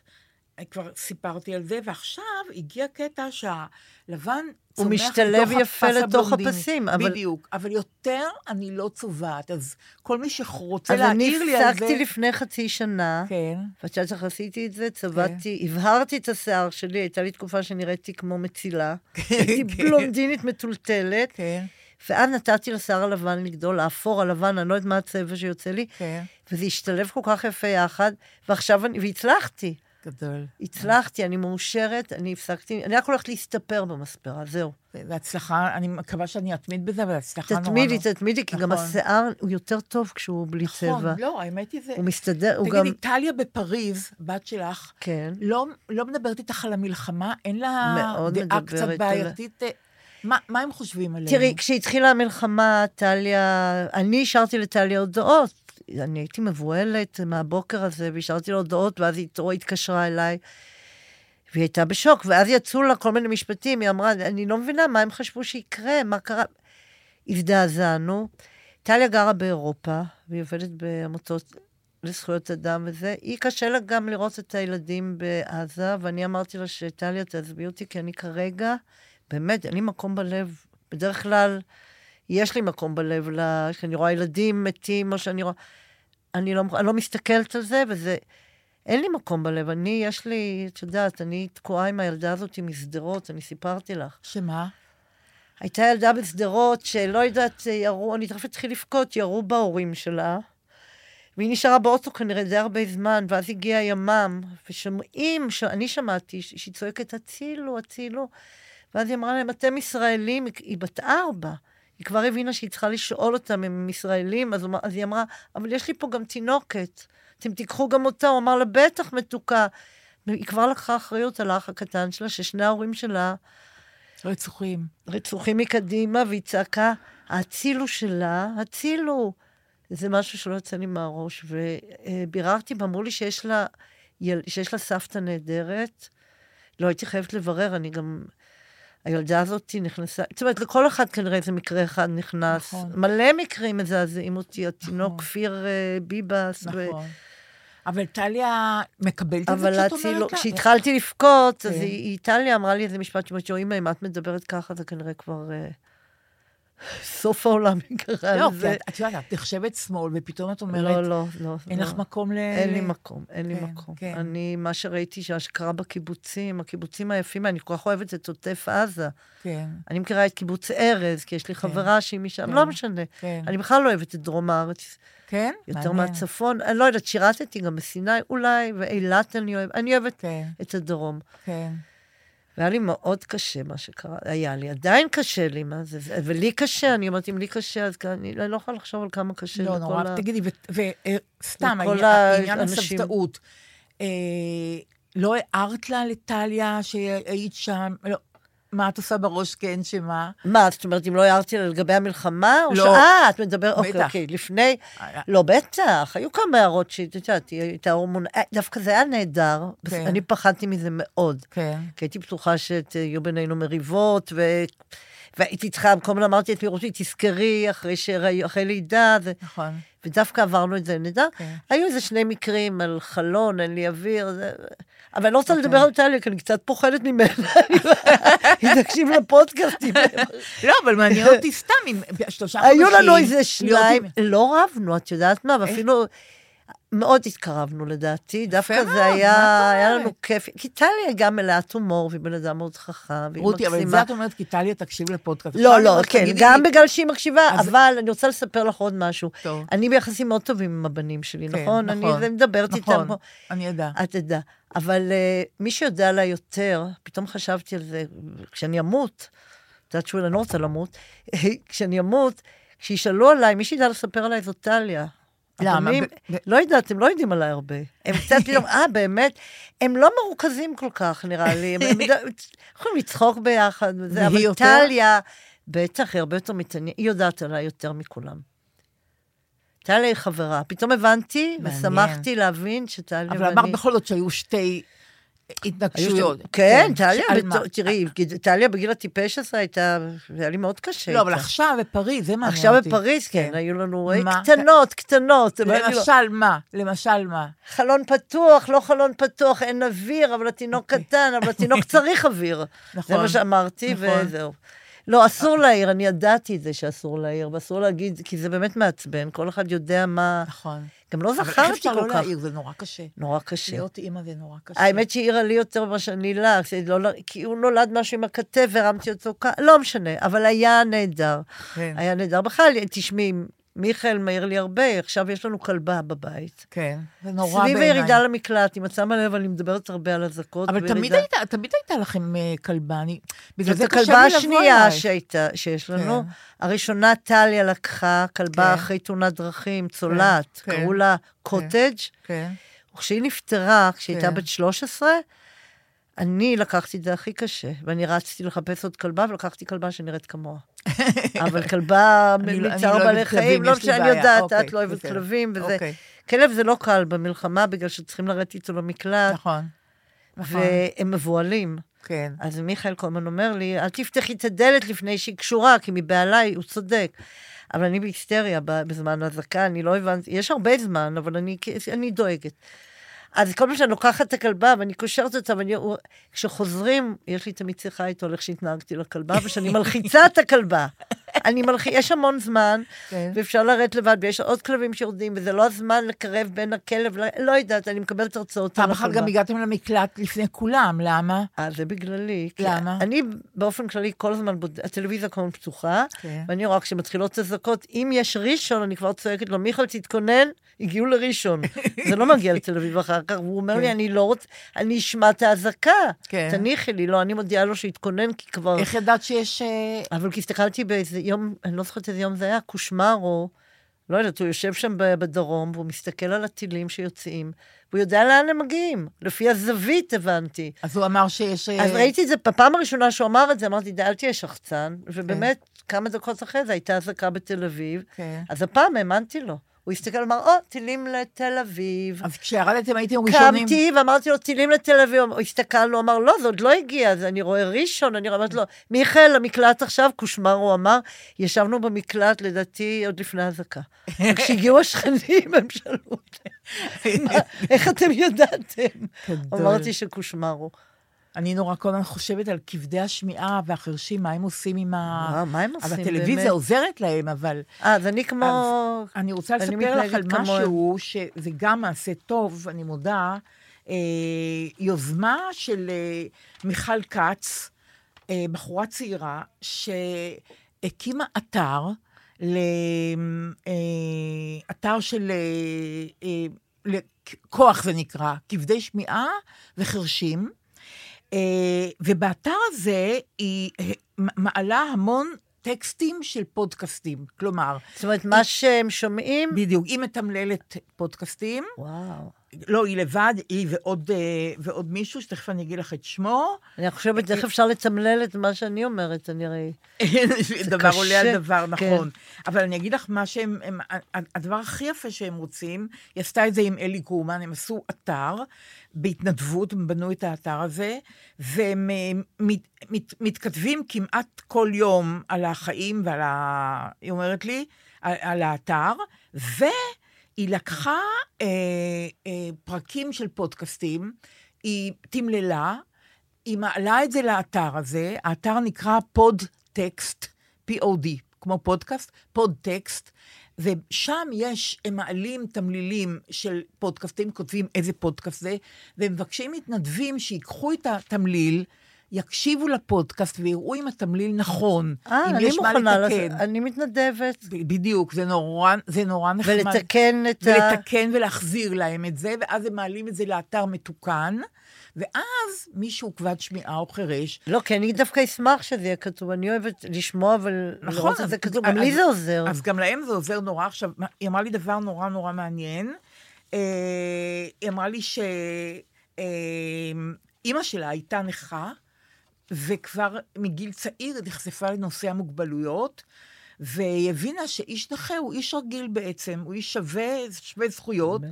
B: אני כבר סיפרתי על זה, ועכשיו הגיע קטע שהלבן
C: הוא
B: צומח
C: משתלב
B: לתוך
C: יפה
B: הפס
C: לתוך
B: הבלונדיני.
C: הפסים, אבל-
B: בדיוק, אבל יותר אני לא צובעת, אז כל מי שרוצה
C: אז אני
B: להעיר לי על זה...
C: הפסקתי לפני חצי שנה,
B: כן,
C: ואת יודעת איך עשיתי את זה? צבעתי, הבהרתי את השיער שלי, הייתה לי תקופה שנראיתי כמו מצילה. הייתי
B: כן.
C: בלונדינית מטולטלת,
B: כן,
C: ואז נתתי לשיער הלבן לגדול, האפור הלבן, אני לא יודעת מה הצבע שיוצא לי,
B: כן.
C: וזה השתלב כל כך יפה יחד, ועכשיו אני, והצלחתי.
B: גדול.
C: הצלחתי, אני מאושרת, אני הפסקתי, אני רק הולכת להסתפר במספרה, זהו.
B: והצלחה, אני מקווה שאני אתמיד בזה, אבל הצלחה נורא
C: תתמידי, תתמידי, כי גם
B: נכון.
C: השיער הוא יותר טוב כשהוא בלי צבע.
B: נכון, לא, האמת היא זה...
C: הוא מסתדר, הוא גם...
B: תגידי, טליה בפריז, בת שלך,
C: כן.
B: לא, לא מדברת איתך על המלחמה? אין לה
C: מאוד
B: דעה קצת
C: מדברת על-
B: בעייתית? אה, מה, מה הם חושבים עלינו?
C: תראי, כשהתחילה המלחמה, טליה, אני השארתי לטליה הודעות. אני הייתי מבוהלת מהבוקר הזה, והשארתי לה הודעות, ואז היא התרו- התקשרה אליי, והיא הייתה בשוק, ואז יצאו לה כל מיני משפטים, היא אמרה, אני לא מבינה מה הם חשבו שיקרה, מה קרה. הזדעזענו. טליה גרה באירופה, והיא עובדת בעמותות לזכויות אדם וזה. היא קשה לה גם לראות את הילדים בעזה, ואני אמרתי לה שטליה, תעזבי אותי, כי אני כרגע, באמת, אין לי מקום בלב. בדרך כלל, יש לי מקום בלב, ל- כשאני רואה ילדים מתים, או שאני רואה... אני לא, מוכ- אני לא מסתכלת על זה, וזה... אין לי מקום בלב. אני, יש לי, את יודעת, אני תקועה עם הילדה הזאת משדרות, אני סיפרתי לך.
B: שמה?
C: הייתה ילדה בשדרות שלא יודעת, ירו, אני תכף אתחיל לבכות, ירו בהורים שלה. והיא נשארה באוטו כנראה די הרבה זמן, ואז הגיע הימ"מ, ושומעים, ש... אני שמעתי ש- שהיא צועקת, הצילו, הצילו. ואז היא אמרה להם, אתם ישראלים, היא- היא בת ארבע. היא כבר הבינה שהיא צריכה לשאול אותם אם הם ישראלים, אז, הוא אמר- אז היא אמרה, אבל יש לי פה גם תינוקת, אתם תיקחו גם אותה. הוא אמר לה, בטח, מתוקה. היא כבר לקחה אחריות על האח הקטן שלה, ששני ההורים שלה
B: רצוחים.
C: רצוחים מקדימה, והיא צעקה, הצילו שלה, הצילו. זה משהו שלא יוצא לי מהראש. וביררתי, ואמרו לי שיש לה, יל- שיש לה סבתא נהדרת. לא הייתי חייבת לברר, אני גם... הילדה הזאת נכנסה, זאת אומרת, לכל אחד כנראה איזה מקרה אחד נכנס.
B: נכון.
C: נכון. מלא מקרים מזעזעים אותי, התינוק
B: נכון.
C: נכון. כפיר אה, ביבס. ו-
B: נכון. אבל טליה מקבלת את זה
C: אבל לא-
B: כשאת אומרת
C: להציל,
B: לה?
C: כשהתחלתי לבכות, אז
B: כן.
C: היא- היא טליה אמרה לי איזה משפט שאומרת, "תראי, אמא, אם את מדברת ככה, זה כנראה כבר אה, סוף העולם יקרה
B: לא,
C: על
B: כי
C: זה.
B: את- את יודעת, את נחשבת שמאל, ופתאום את
C: לא,
B: אומרת,
C: לא, לא.
B: אין
C: לא.
B: לך מקום ל...
C: אין לי מקום, אין לי
B: כן,
C: מקום.
B: כן.
C: אני, מה שראיתי שקרה בקיבוצים, הקיבוצים היפים, אני כל כך אוהבת את עוטף עזה.
B: כן,
C: אני מכירה את קיבוץ ארז, כי יש לי חברה שהיא משם,
B: כן.
C: לא משנה.
B: כן.
C: אני בכלל לא אוהבת את דרום הארץ.
B: כן?
C: יותר
B: מעניין.
C: מהצפון, אני לא יודעת, שירתתי גם בסיני אולי, ואילת אני אוהבת, אני אוהבת
B: כן,
C: את הדרום.
B: כן.
C: והיה לי מאוד קשה מה שקרה, היה לי, עדיין קשה לי, מה זה, זה- ולי קשה, אני אומרת, אם לי קשה, אז כאן- אני לא יכולה לחשוב על כמה קשה
B: לא,
C: לכל
B: נורא.
C: ה...
B: תגידי, וסתם,
C: אה, לכל
B: העניין
C: האנשים.
B: הסבתאות. אה, לא הערת לה לטליה שהיית שם? לא. מה את עושה בראש כן, שמה?
C: מה, זאת אומרת, אם לא הערתי לה לגבי המלחמה? או
B: לא.
C: ש- אה, את מדברת, אוקיי,
B: בטח.
C: אוקיי, לפני... לא, בטח, היו כמה הערות שהיא, את יודעת, היא הייתה הורמון... אה, דווקא זה היה נהדר, בס-
B: כן.
C: אני פחדתי מזה מאוד.
B: כן.
C: כי הייתי בטוחה שיהיו בינינו מריבות, ו... והייתי צריכה, כל הזמן אמרתי את מירותי, תזכרי, אחרי, שהרי- אחרי לידה, זה...
B: נכון.
C: ודווקא עברנו את זה נהדר.
B: כן.
C: היו איזה שני מקרים על חלון, אין לי אוויר, זה... אבל אני לא רוצה
B: אוקיי.
C: לדבר על טליה, כי אני קצת פוחדת ממנה. היא תקשיב לפודקאסטים.
B: לא, אבל מעניין אותי סתם, אם שלושה חודשים...
C: היו לנו איזה
B: להיות
C: שניים,
B: עם-
C: לא רבנו, את יודעת מה, ואפילו מאוד התקרבנו לדעתי, דווקא
B: מאוד,
C: זה היה,
B: מה את
C: היה
B: אומרת?
C: לנו כיף, כי טליה גם מלאת הומור, והיא בן אדם מאוד חכם, והיא
B: רותי, אבל את
C: מקסימה.
B: זה את אומרת, כי טליה תקשיב לפודקאסט.
C: לא,
B: עכשיו
C: לא,
B: אני אומרת,
C: כן,
B: תגידי
C: גם
B: לי-
C: בגלל שהיא מקשיבה,
B: אז-
C: אבל אני רוצה לספר לך עוד משהו.
B: טוב.
C: אני ביחסים מאוד טובים עם הבנים שלי,
B: כן,
C: נכון? אני
B: נכון,
C: זה מדברת איתם.
B: נכון,
C: פה.
B: אני יודעת.
C: את תדע. אבל uh, מי שיודע עליי יותר, פתאום חשבתי על זה, כשאני אמות, את יודעת שולי, אני לא רוצה למות, כשאני אמות, כשישאלו עליי, מי שידע לספר עליי זאת טליה.
B: למה?
C: הבנים,
B: ב- ב-
C: לא יודעת, הם לא יודעים עליי הרבה. הם קצת פתאום, אה, באמת? הם לא מרוכזים כל כך, נראה לי. הם, הם יכולים לצחוק ביחד וזה,
B: והיא
C: אבל
B: יותר?
C: טליה, בטח, היא הרבה יותר מתעניינת, היא יודעת עליי יותר מכולם. טליה היא חברה. פתאום הבנתי,
B: מעניין.
C: ושמחתי להבין שטליה ואני...
B: אבל אמרת בכל זאת שהיו שתי
C: היו
B: התנגשויות.
C: שתי- כן, טליה,
B: שעל
C: בתור-
B: מה? אה,
C: תראי, גיד- טליה בגיל הטיפש הזה הייתה, היה לי מאוד קשה.
B: לא, אבל
C: איתה.
B: עכשיו בפריז, זה מעניין
C: עכשיו
B: אותי.
C: בפריז, כן,
B: כן.
C: היו לנו אה,
B: מה?
C: קטנות, קטנות. אבל אני לא-
B: למשל מה? למשל מה?
C: חלון פתוח, לא חלון פתוח, אין אוויר, אבל התינוק
B: אוקיי.
C: קטן, אבל התינוק צריך אוויר.
B: נכון.
C: זה מה שאמרתי,
B: נכון.
C: וזהו. לא, אסור להעיר, אני ידעתי את זה שאסור להעיר, ואסור להגיד, כי זה באמת מעצבן, כל אחד יודע מה...
B: נכון.
C: גם לא
B: אבל איך
C: זכרתי
B: אפשר
C: כל
B: לא
C: כך.
B: להעיר? לא, זה נורא קשה.
C: נורא קשה.
B: להיות אימא זה נורא קשה.
C: האמת שהיא העירה לי יותר ממה שאני לה, זה לא, לא- כי הוא נולד משהו עם הכתף והרמתי אותו כאן, לא משנה, אבל היה נהדר.
B: כן,
C: היה נהדר. בכלל, תשמעי, מיכאל מעיר לי הרבה, עכשיו יש לנו כלבה בבית.
B: כן. זה נורא
C: סביב
B: בעיניי.
C: הירידה לא- למקלט, אם את שמה לב, אני מדברת הרבה על אזעקות.
B: אבל תמיד
C: וירידה.
B: הייתה, תמיד הייתה לכם אה, כלבה, אני... בגלל
C: זאת
B: זה קשה לי לבוא
C: הכלבה
B: אלייך.
C: השנייה שהייתה, שיש לנו.
B: כן.
C: הראשונה, טליה לקחה
B: כן.
C: כלבה אחרי תאונת דרכים, צולעת,
B: כן.
C: קראו לה קוטג'.
B: כן.
C: וכשהיא נפטרה, כשהייתה
B: כן.
C: בת 13, אני לקחתי את זה הכי קשה, ואני רצתי לחפש עוד כלבה, ולקחתי כלבה שנראית כמוה. אבל כלבה
B: אני לא- אני
C: מצער
B: לא
C: בעלי
B: אוהבת כלבים,
C: חיים, לא
B: יש לי
C: משנה, אני
B: בעיה.
C: יודעת,
B: אוקיי,
C: את לא אוהבת
B: בסדר.
C: כלבים, וזה...
B: אוקיי.
C: כלב זה לא קל במלחמה, בגלל שצריכים לרדת איתו למקלט,
B: נכון. נכון.
C: והם מבוהלים.
B: כן.
C: אז מיכאל קולמן אומר לי, אל תפתחי את הדלת לפני שהיא קשורה, כי מבעליי הוא צודק. אבל אני בהיסטריה ב- בזמן האזעקה, אני לא הבנתי, יש הרבה זמן, אבל אני, כ- אני דואגת. אז כל פעם שאני לוקחת את הכלבה ואני קושרת אותה, ואני, הוא- כשחוזרים, יש לי תמיד שיחה איתו על איך שהתנהגתי לכלבה, וכשאני מלחיצה את הכלבה. אני מלכי, יש המון זמן,
B: כן.
C: ואפשר לרדת לבד, ויש עוד כלבים שיורדים, וזה לא הזמן לקרב בין הכלב, ל- לא יודעת, אני מקבלת הרצאות
B: פעם
C: על
B: אחת
C: הכלבה.
B: גם הגעתם למקלט לפני כולם, למה?
C: אה, זה בגללי. כי
B: למה?
C: אני באופן כללי כל הזמן, בוד... הטלוויזיה כמובן פתוחה,
B: כן.
C: ואני רואה כשמתחילות אזעקות, אם יש ראשון, אני כבר צועקת לו, מיכל, תתכונן, הגיעו לראשון. זה לא מגיע לתל אביב אחר כך, והוא אומר לי,
B: כן.
C: אני לא רוצה, אני אשמע את האזעקה,
B: כן.
C: תניחי לי, לא, אני מודיעה לו שיתכונן, כי כבר...
B: איך ידעת שיש... אה,
C: אבל כי הסתכלתי באיזה יום, אני לא זוכרת איזה יום זה היה, קושמרו, לא יודעת, הוא יושב שם ב- בדרום, והוא מסתכל על הטילים שיוצאים, והוא יודע לאן הם מגיעים, לפי הזווית הבנתי.
B: אז הוא אמר שיש... אה,
C: אז ראיתי את זה בפעם הראשונה שהוא אמר את זה, אמרתי, די, אל תהיה שחצן, ובאמת, כמה דקות אחרי זה הייתה אזעקה בתל אביב,
B: כן.
C: אז הפעם האמנתי לו. הוא הסתכל, אמר, או, טילים לתל אביב.
B: אז כשירדתם הייתם ראשונים...
C: קמתי ואמרתי לו, טילים לתל אביב. הוא הסתכל, הוא אמר, לא, זה עוד לא הגיע, אז אני רואה ראשון, אני אומרת לו, מיכאל, המקלט עכשיו, קושמר, הוא אמר, ישבנו במקלט, לדעתי, עוד לפני האזעקה. וכשהגיעו השכנים, הם שאלו אותי, "מה, איך אתם ידעתם?
B: גדול.
C: אמרתי שקושמרו.
B: אני נורא כל הזמן חושבת על כבדי השמיעה והחרשים, מה הם עושים עם ה...
C: וואו, מה הם
B: אה, אבל
C: עושים באמת?
B: הטלוויזיה עוזרת להם, אבל...
C: אה, אז אני כמו...
B: אני רוצה
C: אני
B: לספר לך על
C: מתנהגת כמוהם.
B: משהו, שזה גם מעשה טוב, אני מודה, אה, יוזמה של אה, מיכל כץ, אה, בחורה צעירה, שהקימה אתר, ל- אה, אתר של... אה, אה, לכ- כוח זה נקרא, כבדי שמיעה וחרשים. אה, ובאתר הזה היא אה, מעלה המון טקסטים של פודקאסטים. כלומר,
C: זאת אומרת, מה שהם שומעים...
B: בדיוק, היא מתמללת פודקאסטים,
C: וואו.
B: לא, היא לבד, היא ועוד, אה, ועוד מישהו, שתכף אני אגיד לך את שמו,
C: אני חושבת, איך אפשר לתמלל את מה שאני אומרת, אני ראי.
B: דבר
C: קשה,
B: עולה על דבר,
C: כן.
B: נכון. אבל אני אגיד לך מה שהם, הם, הדבר הכי יפה שהם רוצים, היא עשתה את זה עם אלי גורמן, הם עשו אתר, בהתנדבות, הם בנו את האתר הזה, והם אה, מת, מת, מתכתבים כמעט כל יום על החיים ועל ה... היא אומרת לי, על, על האתר, והיא לקחה אה, אה, פרקים של פודקאסטים, היא תמללה, היא מעלה את זה לאתר הזה, האתר נקרא פודטקסט, POD, כמו פודקאסט, פודטקסט, ושם יש, הם מעלים תמלילים של פודקאסטים, כותבים איזה פודקאסט זה, והם מבקשים מתנדבים שיקחו את התמליל, יקשיבו לפודקאסט ויראו אם התמליל נכון,
C: אה,
B: אם
C: אני
B: יש מה
C: מוכנה לזה,
B: לתקן.
C: אני מתנדבת.
B: ב- בדיוק, זה נורא, זה נורא נחמד.
C: ולתקן את ה...
B: ולתקן ולהחזיר להם את זה, ואז הם מעלים את זה לאתר מתוקן, ואז מישהו כבד שמיעה או חירש,
C: לא, כי אני דווקא אשמח שזה יהיה כתוב. אני אוהבת לשמוע
B: נכון,
C: ולראות את
B: אז-
C: זה כתוב.
B: אז-
C: גם לי
B: אז-
C: זה עוזר.
B: אז גם להם זה עוזר נורא. עכשיו, מה- היא אמרה לי דבר נורא נורא מעניין. אה, היא אמרה לי שאימא שלה הייתה נכה, וכבר מגיל צעיר היא נחשפה לנושא המוגבלויות, והיא הבינה שאיש נכה הוא איש רגיל בעצם, הוא איש שווה, שווה זכויות.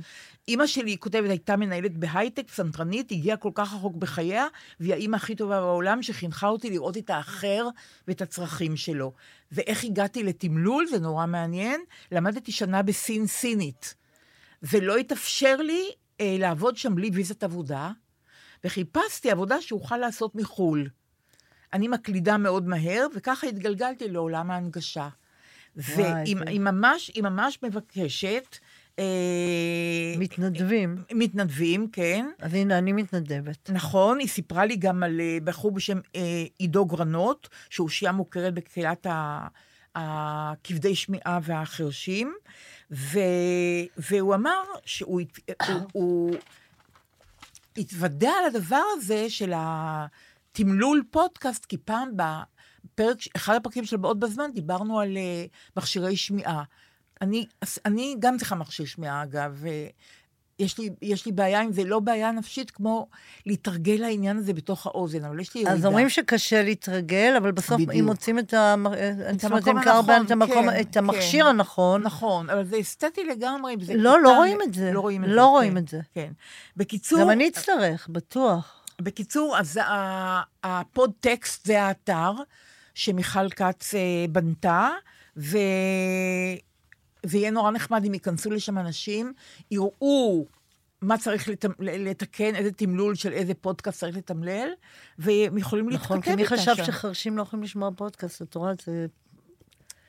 B: אימא שלי, היא כותבת, הייתה מנהלת בהייטק, פסנתרנית, הגיעה כל כך רחוק בחייה, והיא האימא הכי טובה בעולם, שחינכה אותי לראות את האחר ואת הצרכים שלו. ואיך הגעתי לתמלול, זה נורא מעניין. למדתי שנה בסין סינית, ולא התאפשר לי אה, לעבוד שם בלי ויזת עבודה, וחיפשתי עבודה שאוכל לעשות מחו"ל. אני מקלידה מאוד מהר, וככה התגלגלתי לעולם ההנגשה.
C: וואי,
B: והיא
C: זה-
B: היא ממש, היא ממש מבקשת... אה,
C: מתנדבים.
B: מתנדבים, כן.
C: אז הנה, אני מתנדבת.
B: נכון, היא סיפרה לי גם על אה, בחור בשם אה, עידו גרנות, שהוא אושייה מוכרת בקהילת ה- הכבדי שמיעה והחרשים, ו, והוא אמר שהוא הת- אה, הוא, הוא התוודע על הדבר הזה של התמלול פודקאסט, כי פעם בפרק, אחד הפרקים של בעוד בזמן, דיברנו על אה, מכשירי שמיעה. אני, אני גם צריכה מכשיר שמיעה, אגב. אה, יש לי, יש לי בעיה עם זה, לא בעיה נפשית, כמו להתרגל לעניין הזה בתוך האוזן, אבל יש לי ירידה.
C: אז אומרים שקשה להתרגל, אבל בסוף
B: בדיוק.
C: אם מוצאים את המ- זאת אומרת,
B: המקום
C: הם קרבן,
B: הנכון,
C: את המקום-
B: כן,
C: את המכשיר הנכון,
B: נכון, אבל זה אסתטי לגמרי. וזה
C: לא, לא
B: קטן,
C: רואים את זה.
B: לא רואים את
C: לא
B: זה.
C: רואים
B: כן,
C: את זה.
B: כן. בקיצור,
C: גם אני אצטרך, בטוח.
B: בקיצור, אז ה- הפוד טקסט זה האתר שמיכל כץ אה, בנתה, ו... ויהיה נורא נחמד אם ייכנסו לשם אנשים, יראו מה צריך לת... לתקן, איזה תמלול של איזה פודקאסט צריך לתמלל, והם יכולים
C: נכון,
B: להתכתב
C: כי מי
B: איתה
C: חשב
B: שם.
C: שחרשים לא יכולים לשמוע פודקאסט, את רואה, זה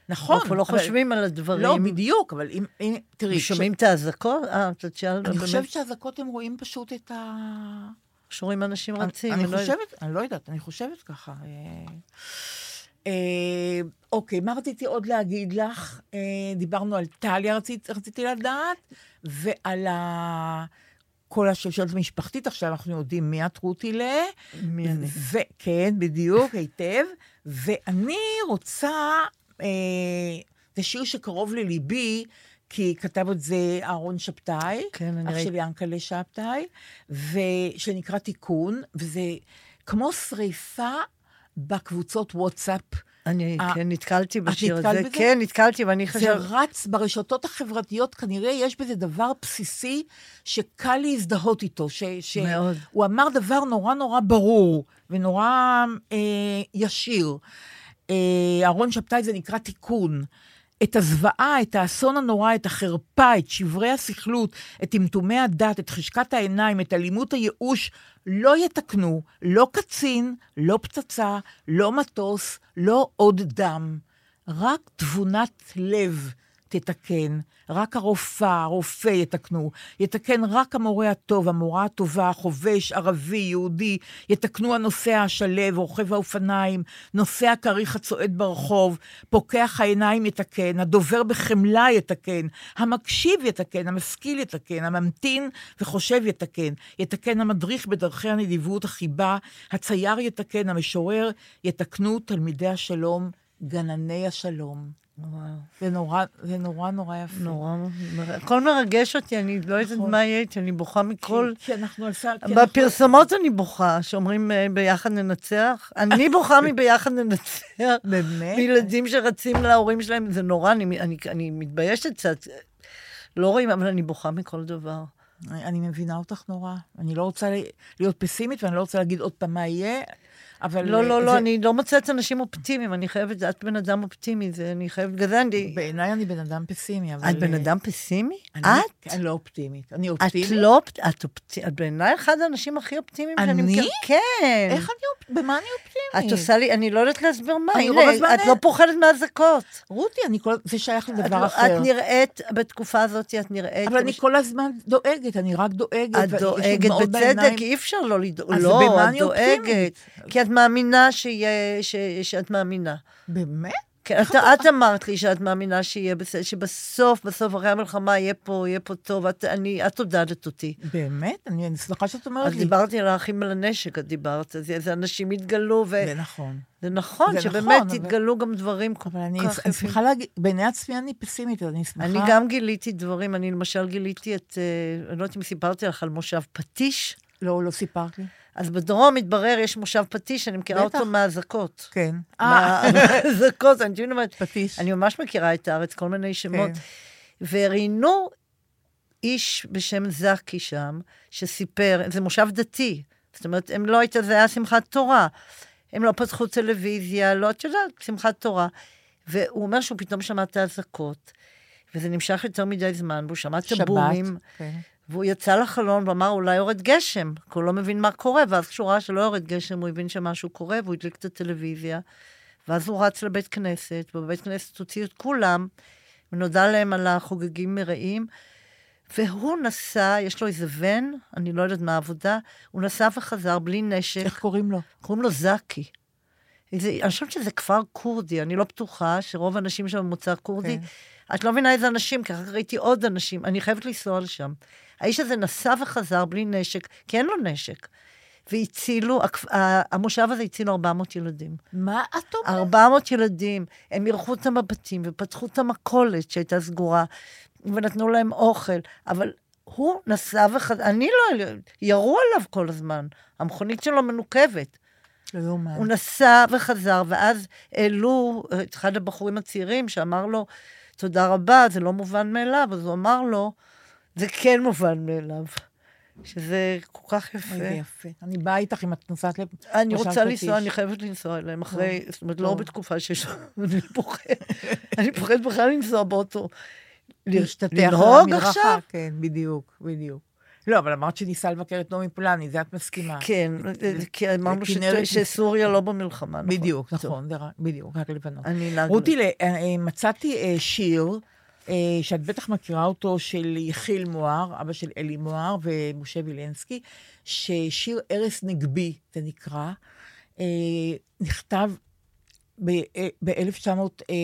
B: נכון.
C: אנחנו לא
B: אבל-
C: חושבים על הדברים.
B: לא, בדיוק, אבל אם, אם תראי, כש-
C: שומעים את האזעקות? אה, אתה תשאל,
B: אני חושבת
C: באמת,
B: שהאזעקות הם רואים פשוט את ה...
C: שרואים אנשים
B: אני-
C: רצים.
B: אני
C: לא יודעת.
B: חושבת, אני לא יודעת, אני חושבת ככה. אה, אה, אוקיי, מה רציתי עוד להגיד לך? אה, דיברנו על טליה, רצית- רציתי לדעת, ועל ה... כל השושלת המשפחתית, עכשיו אנחנו יודעים מי את רוטילה.
C: מי אני?
B: ו- כן, בדיוק, היטב. ואני רוצה, אה, זה שיר שקרוב לליבי, כי כתב את זה אהרון שבתאי,
C: כן, אני
B: אח
C: ראיתי.
B: של ינקלה שבתאי, שנקרא תיקון, וזה כמו שריפה בקבוצות וואטסאפ.
C: אני
B: אה,
C: כן נתקלתי בשיר
B: נתקלת
C: הזה.
B: בזה?
C: כן, נתקלתי, ואני
B: זה
C: חשבתי...
B: רץ ברשתות החברתיות, כנראה יש בזה דבר בסיסי שקל להזדהות איתו, ש... ש...
C: מאוד.
B: הוא אמר דבר נורא נורא ברור ונורא אה, ישיר. אה, אהרון שבתאי זה נקרא תיקון. את הזוועה, את האסון הנורא, את החרפה, את שברי הסכלות, את טמטומי הדת, את חשקת העיניים, את אלימות הייאוש, לא יתקנו, לא קצין, לא פצצה, לא מטוס, לא עוד דם. רק תבונת לב תתקן, רק הרופא, הרופא יתקנו, יתקן רק המורה הטוב, המורה הטובה, חובש, ערבי, יהודי, יתקנו הנוסע השלו, רוכב האופניים, נוסע הכריך הצועד ברחוב, פוקח העיניים יתקן, הדובר בחמלה יתקן, המקשיב יתקן, המשכיל יתקן, הממתין וחושב יתקן, יתקן המדריך בדרכי הנדיבות, החיבה, הצייר יתקן, המשורר, יתקנו תלמידי השלום, גנני השלום.
C: וואו,
B: זה נורא, זה נורא נורא יפה.
C: נורא, מר- הכל מרגש אותי, אני לא יודעת
B: כן. נכון. כן,
C: מה יהיה איתי, אני בוכה מכל...
B: כי, כי אנחנו על סל... כי אנחנו-
C: בפרסומות אני בוכה, שאומרים אה, ביחד ננצח. אני בוכה מביחד ננצח.
B: באמת?
C: מילדים שרצים להורים שלהם, זה נורא, אני, אני, אני מתביישת קצת. לא רואים, אבל אני בוכה מכל דבר.
B: אני, אני מבינה אותך נורא. אני לא רוצה ל- להיות פסימית ואני לא רוצה להגיד עוד פעם מה יהיה, אבל...
C: לא, לא, לא,
B: זה-
C: אני לא מוצאת אנשים אופטימיים, אני חייבת, את בן אדם אופטימי, זה, אני חייבת, בגלל זה אני...
B: בעיניי אני בן אדם פסימי, אבל...
C: את בן אדם פסימי?
B: אני,
C: את?
B: אני לא אופטימית. אני
C: את
B: אופטימית?
C: לא אופט- את אופטימית, את בעיניי אחד האנשים הכי אופטימיים שאני
B: אני?
C: מכירה. כן.
B: איך אני אופטימית? במה אני אופטימית?
C: את עושה לי, אני לא יודעת להסביר מה,
B: אני רוב הזמן אה-
C: הנה, את
B: אין.
C: לא פוחדת מאזעקות.
B: רותי, אני כל... זה שייך
C: את
B: לדבר
C: לא-
B: אחר.
C: את נראית, בתקופה הזאת את נראית...
B: אבל אני כל הזמן דואגת, אני רק דואגת. ויש
C: את
B: לי
C: דואגת
B: דמעות
C: בצדק,
B: בעיניים.
C: כי אי אפשר לא לדאוג.
B: אז
C: לא,
B: במה
C: את
B: אני
C: דואגת.
B: אופטימית?
C: כי את מאמינה שיהיה, ש- שאת מאמינה.
B: באמת?
C: כן, אתה- את אמרת לי שאת מאמינה שיהיה בסדר, שבסוף, בסוף, אחרי המלחמה יהיה פה, יהיה פה טוב. את- אני- את עודדת אותי.
B: באמת? אני אני שמחה שאת אומרת
C: אז
B: לי.
C: דיברתי על האחים על הנשק, את דיברת, אז איזה אנשים התגלו,
B: זה
C: וזה
B: נכון.
C: נכון,
B: זה
C: שבאמת
B: נכון, אבל-
C: התגלו גם דברים כל
B: אבל אני
C: כך
B: אני
C: יפים.
B: שמחה להגיד, בעיני עצמי אני פסימית, אז אני שמחה.
C: אני גם גיליתי דברים, אני למשל גיליתי את, אה, אני לא יודעת אם סיפרתי לך על מושב פטיש,
B: לא, לא סיפרת לי.
C: אז בדרום מתברר, יש מושב פטיש, אני מכירה
B: בטח.
C: אותו מהאזעקות.
B: כן. אה,
C: מהאזעקות, אני תמיד אומרת,
B: פטיש.
C: אני ממש מכירה את הארץ, כל מיני שמות.
B: כן.
C: וראיינו איש בשם זקי שם, שסיפר, זה מושב דתי, זאת אומרת, הם לא הייתה, זה היה שמחת תורה. הם לא פתחו טלוויזיה, לא, את יודעת, שמחת תורה. והוא אומר שהוא פתאום שמע את האזעקות, וזה נמשך יותר מדי זמן, והוא שמע את
B: שבת.
C: הבומים,
B: כן.
C: והוא יצא לחלון ואמר, אולי יורד גשם, כי הוא לא מבין מה קורה, ואז כשהוא ראה שלא יורד גשם, הוא הבין שמשהו קורה, והוא הדליק את הטלוויזיה, ואז הוא רץ לבית כנסת, ובבית כנסת הוציאו את כולם, ונודע להם על החוגגים מרעים, והוא נסע, יש לו איזה ון, אני לא יודעת מה העבודה, הוא נסע וחזר בלי נשק,
B: איך קוראים לו?
C: קוראים לו זקי. איזה, אני חושבת שזה כפר כורדי, אני לא בטוחה שרוב האנשים שם ממוצא כורדי. את לא מבינה איזה אנשים, כי אחר כך ראיתי עוד אנשים, אני חייבת לנסוע לשם. האיש הזה נסע וחזר בלי נשק, כי אין לו נשק. והצילו, הכפ- ה- המושב הזה הציל 400 ילדים.
B: מה את אומרת?
C: 400 ילדים, הם אירחו אותם בבתים ופתחו את המכולת שהייתה סגורה, ונתנו להם אוכל, אבל הוא נסע וחזר, אני לא, ירו עליו כל הזמן, המכונית שלו מנוקבת.
B: לא יאומן.
C: הוא נסע וחזר, ואז העלו אה, את אחד הבחורים הצעירים שאמר לו, תודה רבה, זה לא מובן מאליו, אז הוא אמר לו, זה כן מובן מאליו, שזה כל כך יפה.
B: אוי, זה יפה. אני באה איתך אם את נוסעת ל...
C: אני
B: מושב
C: רוצה לנסוע,
B: פטיש.
C: אני חייבת לנסוע אליהם אחרי, זאת אומרת, לא
B: טוב.
C: בתקופה שיש... אני פוחד, אני פוחד בכלל לנסוע באוטו.
B: להשתטח על
C: לנהוג
B: המדרכה,
C: עכשיו?
B: כן, בדיוק, בדיוק. לא, אבל אמרת שניסה לבקר את נעמי פולני, זה את מסכימה.
C: כן, כי אמרנו ש-
B: כנרת-
C: שסוריה לא במלחמה, נכון?
B: בדיוק,
C: טוב,
B: נכון, זה רק- בדיוק, רק לבנות.
C: אני נהג...
B: רותי, ל- אה, אה, מצאתי אה, שיר אה, שאת בטח מכירה אותו, של יחיל מוהר, אבא של אלי מוהר ומשה וילנסקי, ששיר ארס נגבי, זה נקרא, אה, נכתב אה, ב-1900, אה,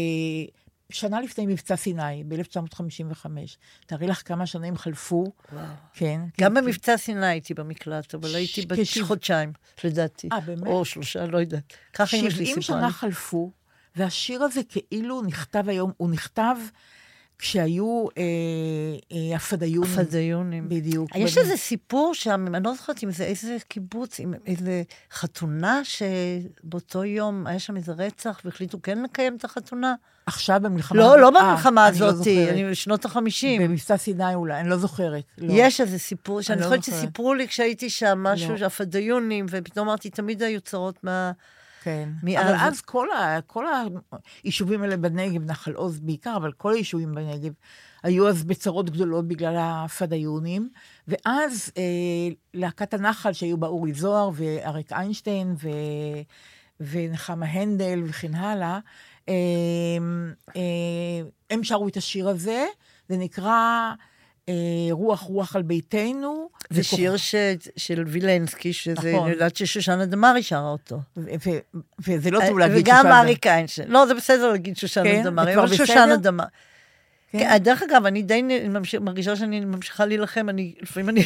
B: שנה לפני מבצע סיני, ב-1955. תארי לך כמה שנים חלפו,
C: וואו.
B: כן. כן,
C: גם במבצע סיני הייתי במקלט, אבל הייתי בת
B: כשבעים-
C: חודשיים, לדעתי.
B: אה, באמת?
C: או שלושה, לא יודעת. ככה אמא שלי
B: 70
C: סיפרה
B: שנה
C: לי.
B: חלפו, והשיר הזה כאילו נכתב היום, הוא נכתב כשהיו אה, אה, הפדאיונים.
C: הפדיונים.
B: בדיוק.
C: יש
B: במ-
C: איזה סיפור שם, אני לא זוכרת אם זה איזה קיבוץ, אם איזה חתונה שבאותו יום היה שם איזה רצח והחליטו כן לקיים את החתונה.
B: עכשיו במלחמה...
C: לא, לא
B: אה,
C: במלחמה
B: אני לא
C: הזאת,
B: זוכרת.
C: אני בשנות החמישים.
B: במבצע סיני אולי, אני לא זוכרת. לא.
C: יש איזה סיפור,
B: לא
C: שאני זוכרת
B: זוכרת.
C: שסיפרו לי כשהייתי שם משהו,
B: לא.
C: שהפדיונים, ופתאום אמרתי, תמיד היו צרות מה...
B: כן.
C: מאז-
B: אבל אז כל, ה, כל היישובים האלה בנגב, נחל עוז בעיקר, אבל כל היישובים בנגב, היו אז בצרות גדולות בגלל הפדאיונים, ואז אה, להקת הנחל שהיו בה אורי זוהר ואריק איינשטיין ו, ונחמה הנדל וכן הלאה, אה, אה, הם שרו את השיר הזה, זה נקרא אה, רוח רוח על ביתנו.
C: זה
B: וכוכב-
C: שיר ש... של וילנסקי, שזה,
B: נכון.
C: אני יודעת ששושנה דמארי שרה אותו.
B: ו- ו- וזה לא טוב להגיד
C: אה, וגם
B: ששם-
C: אריק איינשטיין. לא, זה בסדר להגיד שושנה
B: כן?
C: דמארי,
B: זה כבר
C: אבל
B: בסדר?
C: שושנה דמארי.
B: כן.
C: כן, דרך אגב, אני די נ- ממש- מרגישה שאני ממשיכה להילחם, אני, לפעמים אני...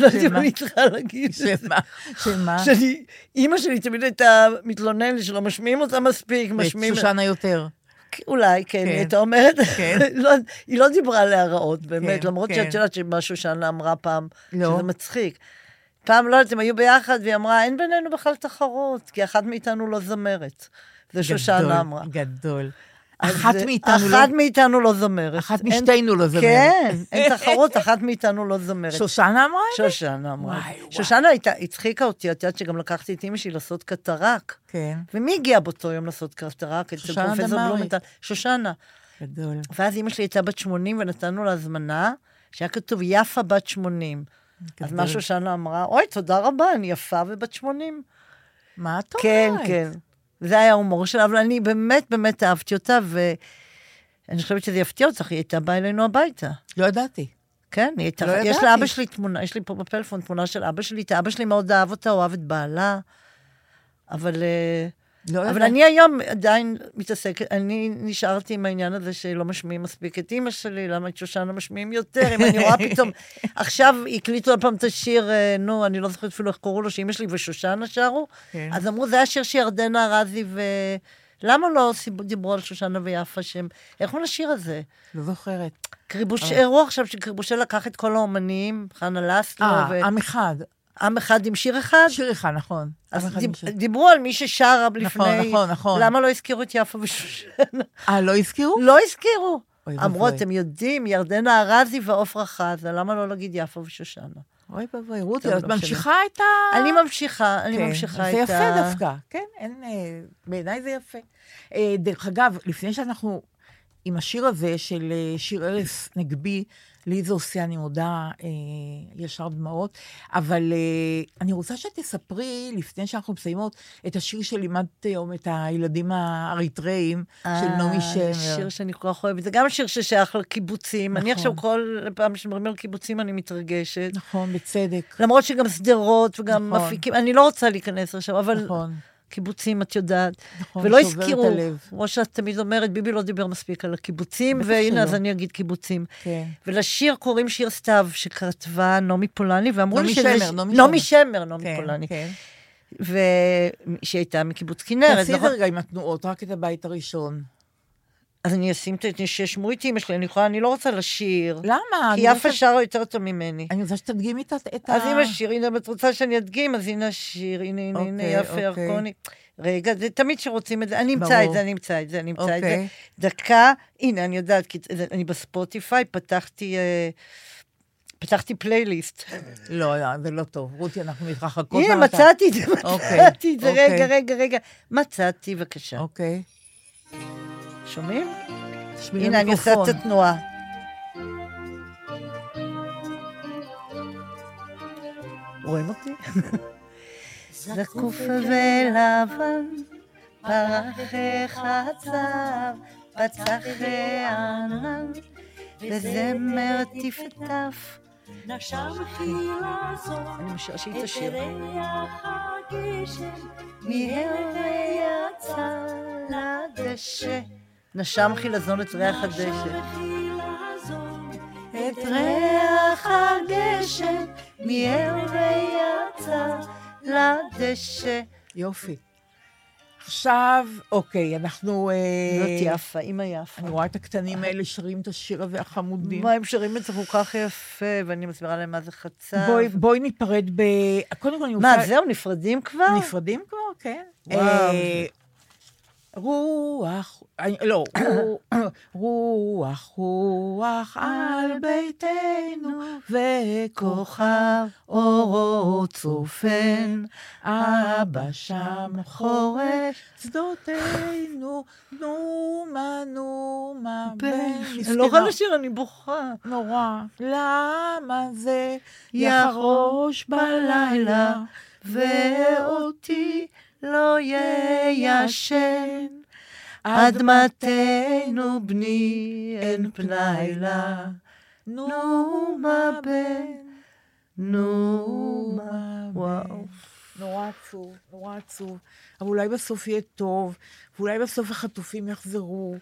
C: לא יודעת אם
B: שמה?
C: אני צריכה להגיד את זה.
B: שמה? שמה?
C: שאני, אימא שלי תמיד הייתה מתלוננת שלא משמיעים אותה מספיק, משמיעים...
B: שושנה יותר.
C: אולי, כן,
B: כן.
C: היא הייתה אומרת,
B: כן.
C: לא, היא לא דיברה עליה רעות, באמת,
B: כן,
C: למרות
B: כן.
C: שאת יודעת שמה שושנה אמרה פעם,
B: לא.
C: שזה מצחיק. פעם, לא יודעת, הם היו ביחד, והיא אמרה, אין בינינו בכלל תחרות, כי אחת מאיתנו לא זמרת. זה
B: גדול,
C: שושנה אמרה.
B: גדול.
C: אז
B: אחת
C: זה-
B: מאיתנו לא...
C: אחת מאיתנו לא זמרת.
B: אחת
C: אין-
B: משתינו לא זמרת.
C: כן, אין תחרות, אחת מאיתנו לא זמרת.
B: שושנה אמרה? את זה?
C: שושנה אמרה.
B: וואי, וואי.
C: שושנה הייתה, הצחיקה אותי, את יודעת שגם לקחתי את אמא שלי לעשות קטרק.
B: כן,
C: ומי הגיע באותו יום לעשות קטרק? אצל
B: שושנה
C: פרופסור
B: דמארי.
C: בלומנטל. שושנה.
B: גדול.
C: ואז אימא שלי הייתה בת 80 ונתנו לה הזמנה, שהיה כתוב יפה בת 80. אז
B: גדול.
C: מה שושנה אמרה, אוי, תודה רבה, אני יפה ובת 80.
B: מה את אומרת?
C: כן, כן. זה היה ההומור שלה, אבל אני באמת באמת אהבתי אותה, ואני חושבת שזה יפתיע אותך, היא הייתה באה אלינו הביתה.
B: לא ידעתי.
C: כן, היא הייתה...
B: לא
C: יש
B: ידעתי.
C: לאבא שלי תמונה, יש לי פה בפלאפון תמונה של אבא שלי, את אבא שלי מאוד אהב אותה, אוהב את בעלה, אבל... אה,
B: לא ידעתי.
C: אבל אני היום עדיין מתעסקת, אני נשארתי עם העניין הזה שלא משמיעים מספיק את אימא שלי, למה את שושנה משמיעים יותר, אם אני רואה פתאום... עכשיו הקליטו עוד פעם את השיר, אה, נו, אני לא זוכרת אפילו איך קראו לו, שאימא שלי ושושנה שרו,
B: כן.
C: אז אמרו, זה השיר שירדנה ארזי ו... למה לא סיב- דיברו על שושנה ויפה שהם... איך קוראים לשיר הזה?
B: לא זוכרת.
C: קריבוש...
B: אה.
C: אירוע עכשיו שקריבושי לקח את כל האומנים, חנה לסלו,
B: אה, עם אחד.
C: ועם אחד עם שיר אחד.
B: שיר אחד, נכון. עם
C: אז
B: אחד עם
C: דיב-
B: שיר.
C: דיברו על מי ששרה לפני...
B: נכון, נכון.
C: למה לא הזכירו את יפה ושושנה?
B: אה, לא הזכירו?
C: לא הזכירו.
B: אוי
C: אמרו,
B: ואבוי.
C: אתם יודעים, ירדנה ארזי ועפרה חזה, למה לא להגיד יפה ושושנה?
B: אוי ואבוי, רותי,
C: טוב,
B: את
C: לא
B: ממשיכה את ה...
C: אני ממשיכה, אני
B: אה, כן,
C: ממשיכה את
B: זה
C: ה...
B: יפה דווקא, כן, אין, אה, בעיניי זה יפה. אה, דרך אגב, לפני שאנחנו עם השיר הזה של אה, שיר ארץ נגבי, לי זה עושה, אני מודה, אה, ישר דמעות, אבל אה, אני רוצה שתספרי, לפני שאנחנו מסיימות, את השיר שלימדת היום את הילדים האריתריאים של
C: אה,
B: נעמי
C: זה
B: שמר.
C: שיר שאני כל כך אוהבת, זה גם שיר ששייך לקיבוצים.
B: נכון.
C: אני עכשיו כל פעם שמדברים על קיבוצים אני מתרגשת.
B: נכון, בצדק.
C: למרות שגם שדרות וגם
B: נכון.
C: אפיקים, אני לא רוצה להיכנס עכשיו, אבל
B: נכון,
C: קיבוצים, את יודעת.
B: נכון,
C: ולא
B: שובר את
C: הזכירו,
B: הלב.
C: כמו שאת תמיד אומרת, ביבי לא דיבר מספיק על הקיבוצים,
B: בטח שלא.
C: והנה, אז אני אגיד קיבוצים.
B: כן.
C: ולשיר קוראים שיר סתיו, שכתבה נעמי פולני, ואמרו
B: נעמי
C: לי שזה...
B: שמר, נעמי
C: נעמי
B: שמר.
C: שמר, נעמי
B: כן,
C: פולני.
B: כן.
C: ושהיא הייתה מקיבוץ כנרת,
B: תעשי את זה
C: נכון?
B: רגע עם התנועות, רק את הבית הראשון.
C: אז אני אשים את זה, שישמעו את אימא שלי, אני יכולה, אני לא רוצה לשיר.
B: למה?
C: כי
B: אני לא
C: יפה
B: רוצה-
C: שרה יותר טוב ממני.
B: אני רוצה שתדגימי את ה... את
C: אז
B: ה-
C: אם השיר, הנה, אם את רוצה שאני אדגים, אז הנה השיר, הנה, הנה, הנה,
B: אוקיי,
C: יפה
B: אוקיי.
C: ירקוני. רגע, זה תמיד שרוצים את זה, אני אמצא את
B: ברור.
C: זה, אני אמצא את זה, אני אמצא את זה.
B: אוקיי.
C: דקה, הנה, אני יודעת, כי זה- אני בספוטיפיי, פתחתי... אה, פתחתי פלייליסט.
B: לא, לא, זה לא טוב. רותי, אנחנו מתרחקות.
C: הנה,
B: מהמצב.
C: מצאתי את זה,
B: אוקיי,
C: מצאתי את זה.
B: אוקיי.
C: רגע, רגע, רגע. מצאתי, בבקשה.
B: אוקיי.
C: שומעים?
B: תשמעי
C: הנה, אני עושה
B: למיקרופון.
C: את התנועה. רואים אותי? זקוף ולבן, פרח חצב, פצח הענן, וזמר טפטף.
D: נשם חילה זו,
C: אני משעשית את
D: את
C: השיר.
D: ריח הגשם,
C: מיהר ויצא לדשא. נשם חילזון את ריח הדשא.
D: חילה זו,
C: את ריח הגשם, מיהר ויצא לדשא.
B: יופי. עכשיו, אוקיי, אנחנו... אה,
C: זאת יפה, אימא יפה.
B: אני רואה את הקטנים האלה שרים את השיר הזה, החמודים.
C: מה, הם שרים את זה כל כך יפה, ואני מסבירה להם מה זה חצב.
B: בואי- בואי ניפרד ב... קודם כל אני רוצה...
C: מה, זהו, נפרדים כבר?
B: נפרדים כבר? כן.
C: וואו.
B: אה, רוח, אני- לא, רוח, רוח, רוח על ביתנו, וכוכב אורו צופן, אבא שם חורש שדותינו, נומה נומה בן
C: לא רע
B: מסכנה.
C: לשיר, אני בוכה.
B: נורא. למה זה יחרוש בלילה
C: ואותי לא יישן.
B: וישן?
C: עד מתנו בני אין פנאי לה.
B: נו
C: נומה
B: מה
C: בן,
B: בן, נו
C: נומה.
B: מה
C: וואו.
B: בן. נורא עצוב, נורא עצוב. אבל אולי בסוף יהיה טוב, ואולי בסוף החטופים יחזרו.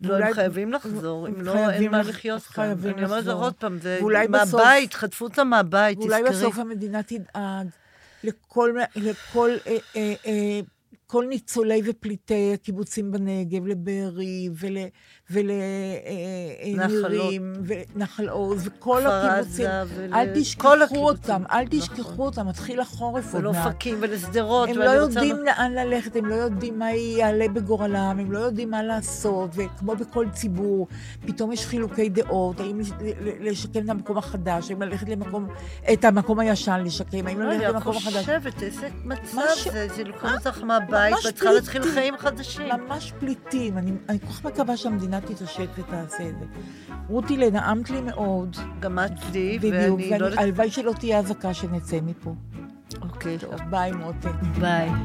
C: לא,
B: ואולי-
C: הם חייבים לחזור, אם לא, אין
B: חייבים
C: מה
B: לח-
C: לחיות כאן.
B: חייבים
C: אני אומרת לך
B: לחזור.
C: עוד פעם, זה
B: ואולי בסוף-
C: מהבית, חטפו אותה מהבית,
B: ואולי
C: תזכרי.
B: בסוף המדינה תדאג לכל, לכל אה, אה, אה, כל ניצולי ופליטי הקיבוצים בנגב, לבארי אה,
C: נחל
B: ולנירים, ונחל עוז, וכל
C: כפר
B: הקיבוצים.
C: עזה ול-
B: אל
C: כל
B: תשכחו
C: הקיבוצים.
B: אותם, אל
C: נכון.
B: תשכחו אותם, מתחיל החורף עוד מעט.
C: ולאופקים ולשדרות.
B: הם
C: ואני
B: לא
C: רוצה-
B: יודעים לאן ללכת, הם לא יודעים מה יעלה בגורלם, הם לא יודעים מה לעשות, וכמו בכל ציבור, פתאום יש חילוקי דעות, האם לש- ל- לשקם את המקום החדש, האם ללכת למקום, את המקום הישן לשקם, האם
C: לא,
B: ללכת
C: אני רק
B: למקום החדש.
C: חושבת, איזה מצב
B: משהו-
C: זה, זה לקחו אותך מהבית,
B: ממש
C: ואת צריכה להתחיל
B: פליטים.
C: חיים חדשים.
B: ממש פליטים, אני, אני כל כך מקווה שהמדינה תתעשת ותעשה את זה. רותי, לן, נעמת לי מאוד,
C: גם את לי,
B: בדיוק,
C: ואני לא יודעת...
B: והלוואי שלא תהיה אזעקה שנצא מפה.
C: אוקיי,
B: טוב, ביי מותק.
C: ביי.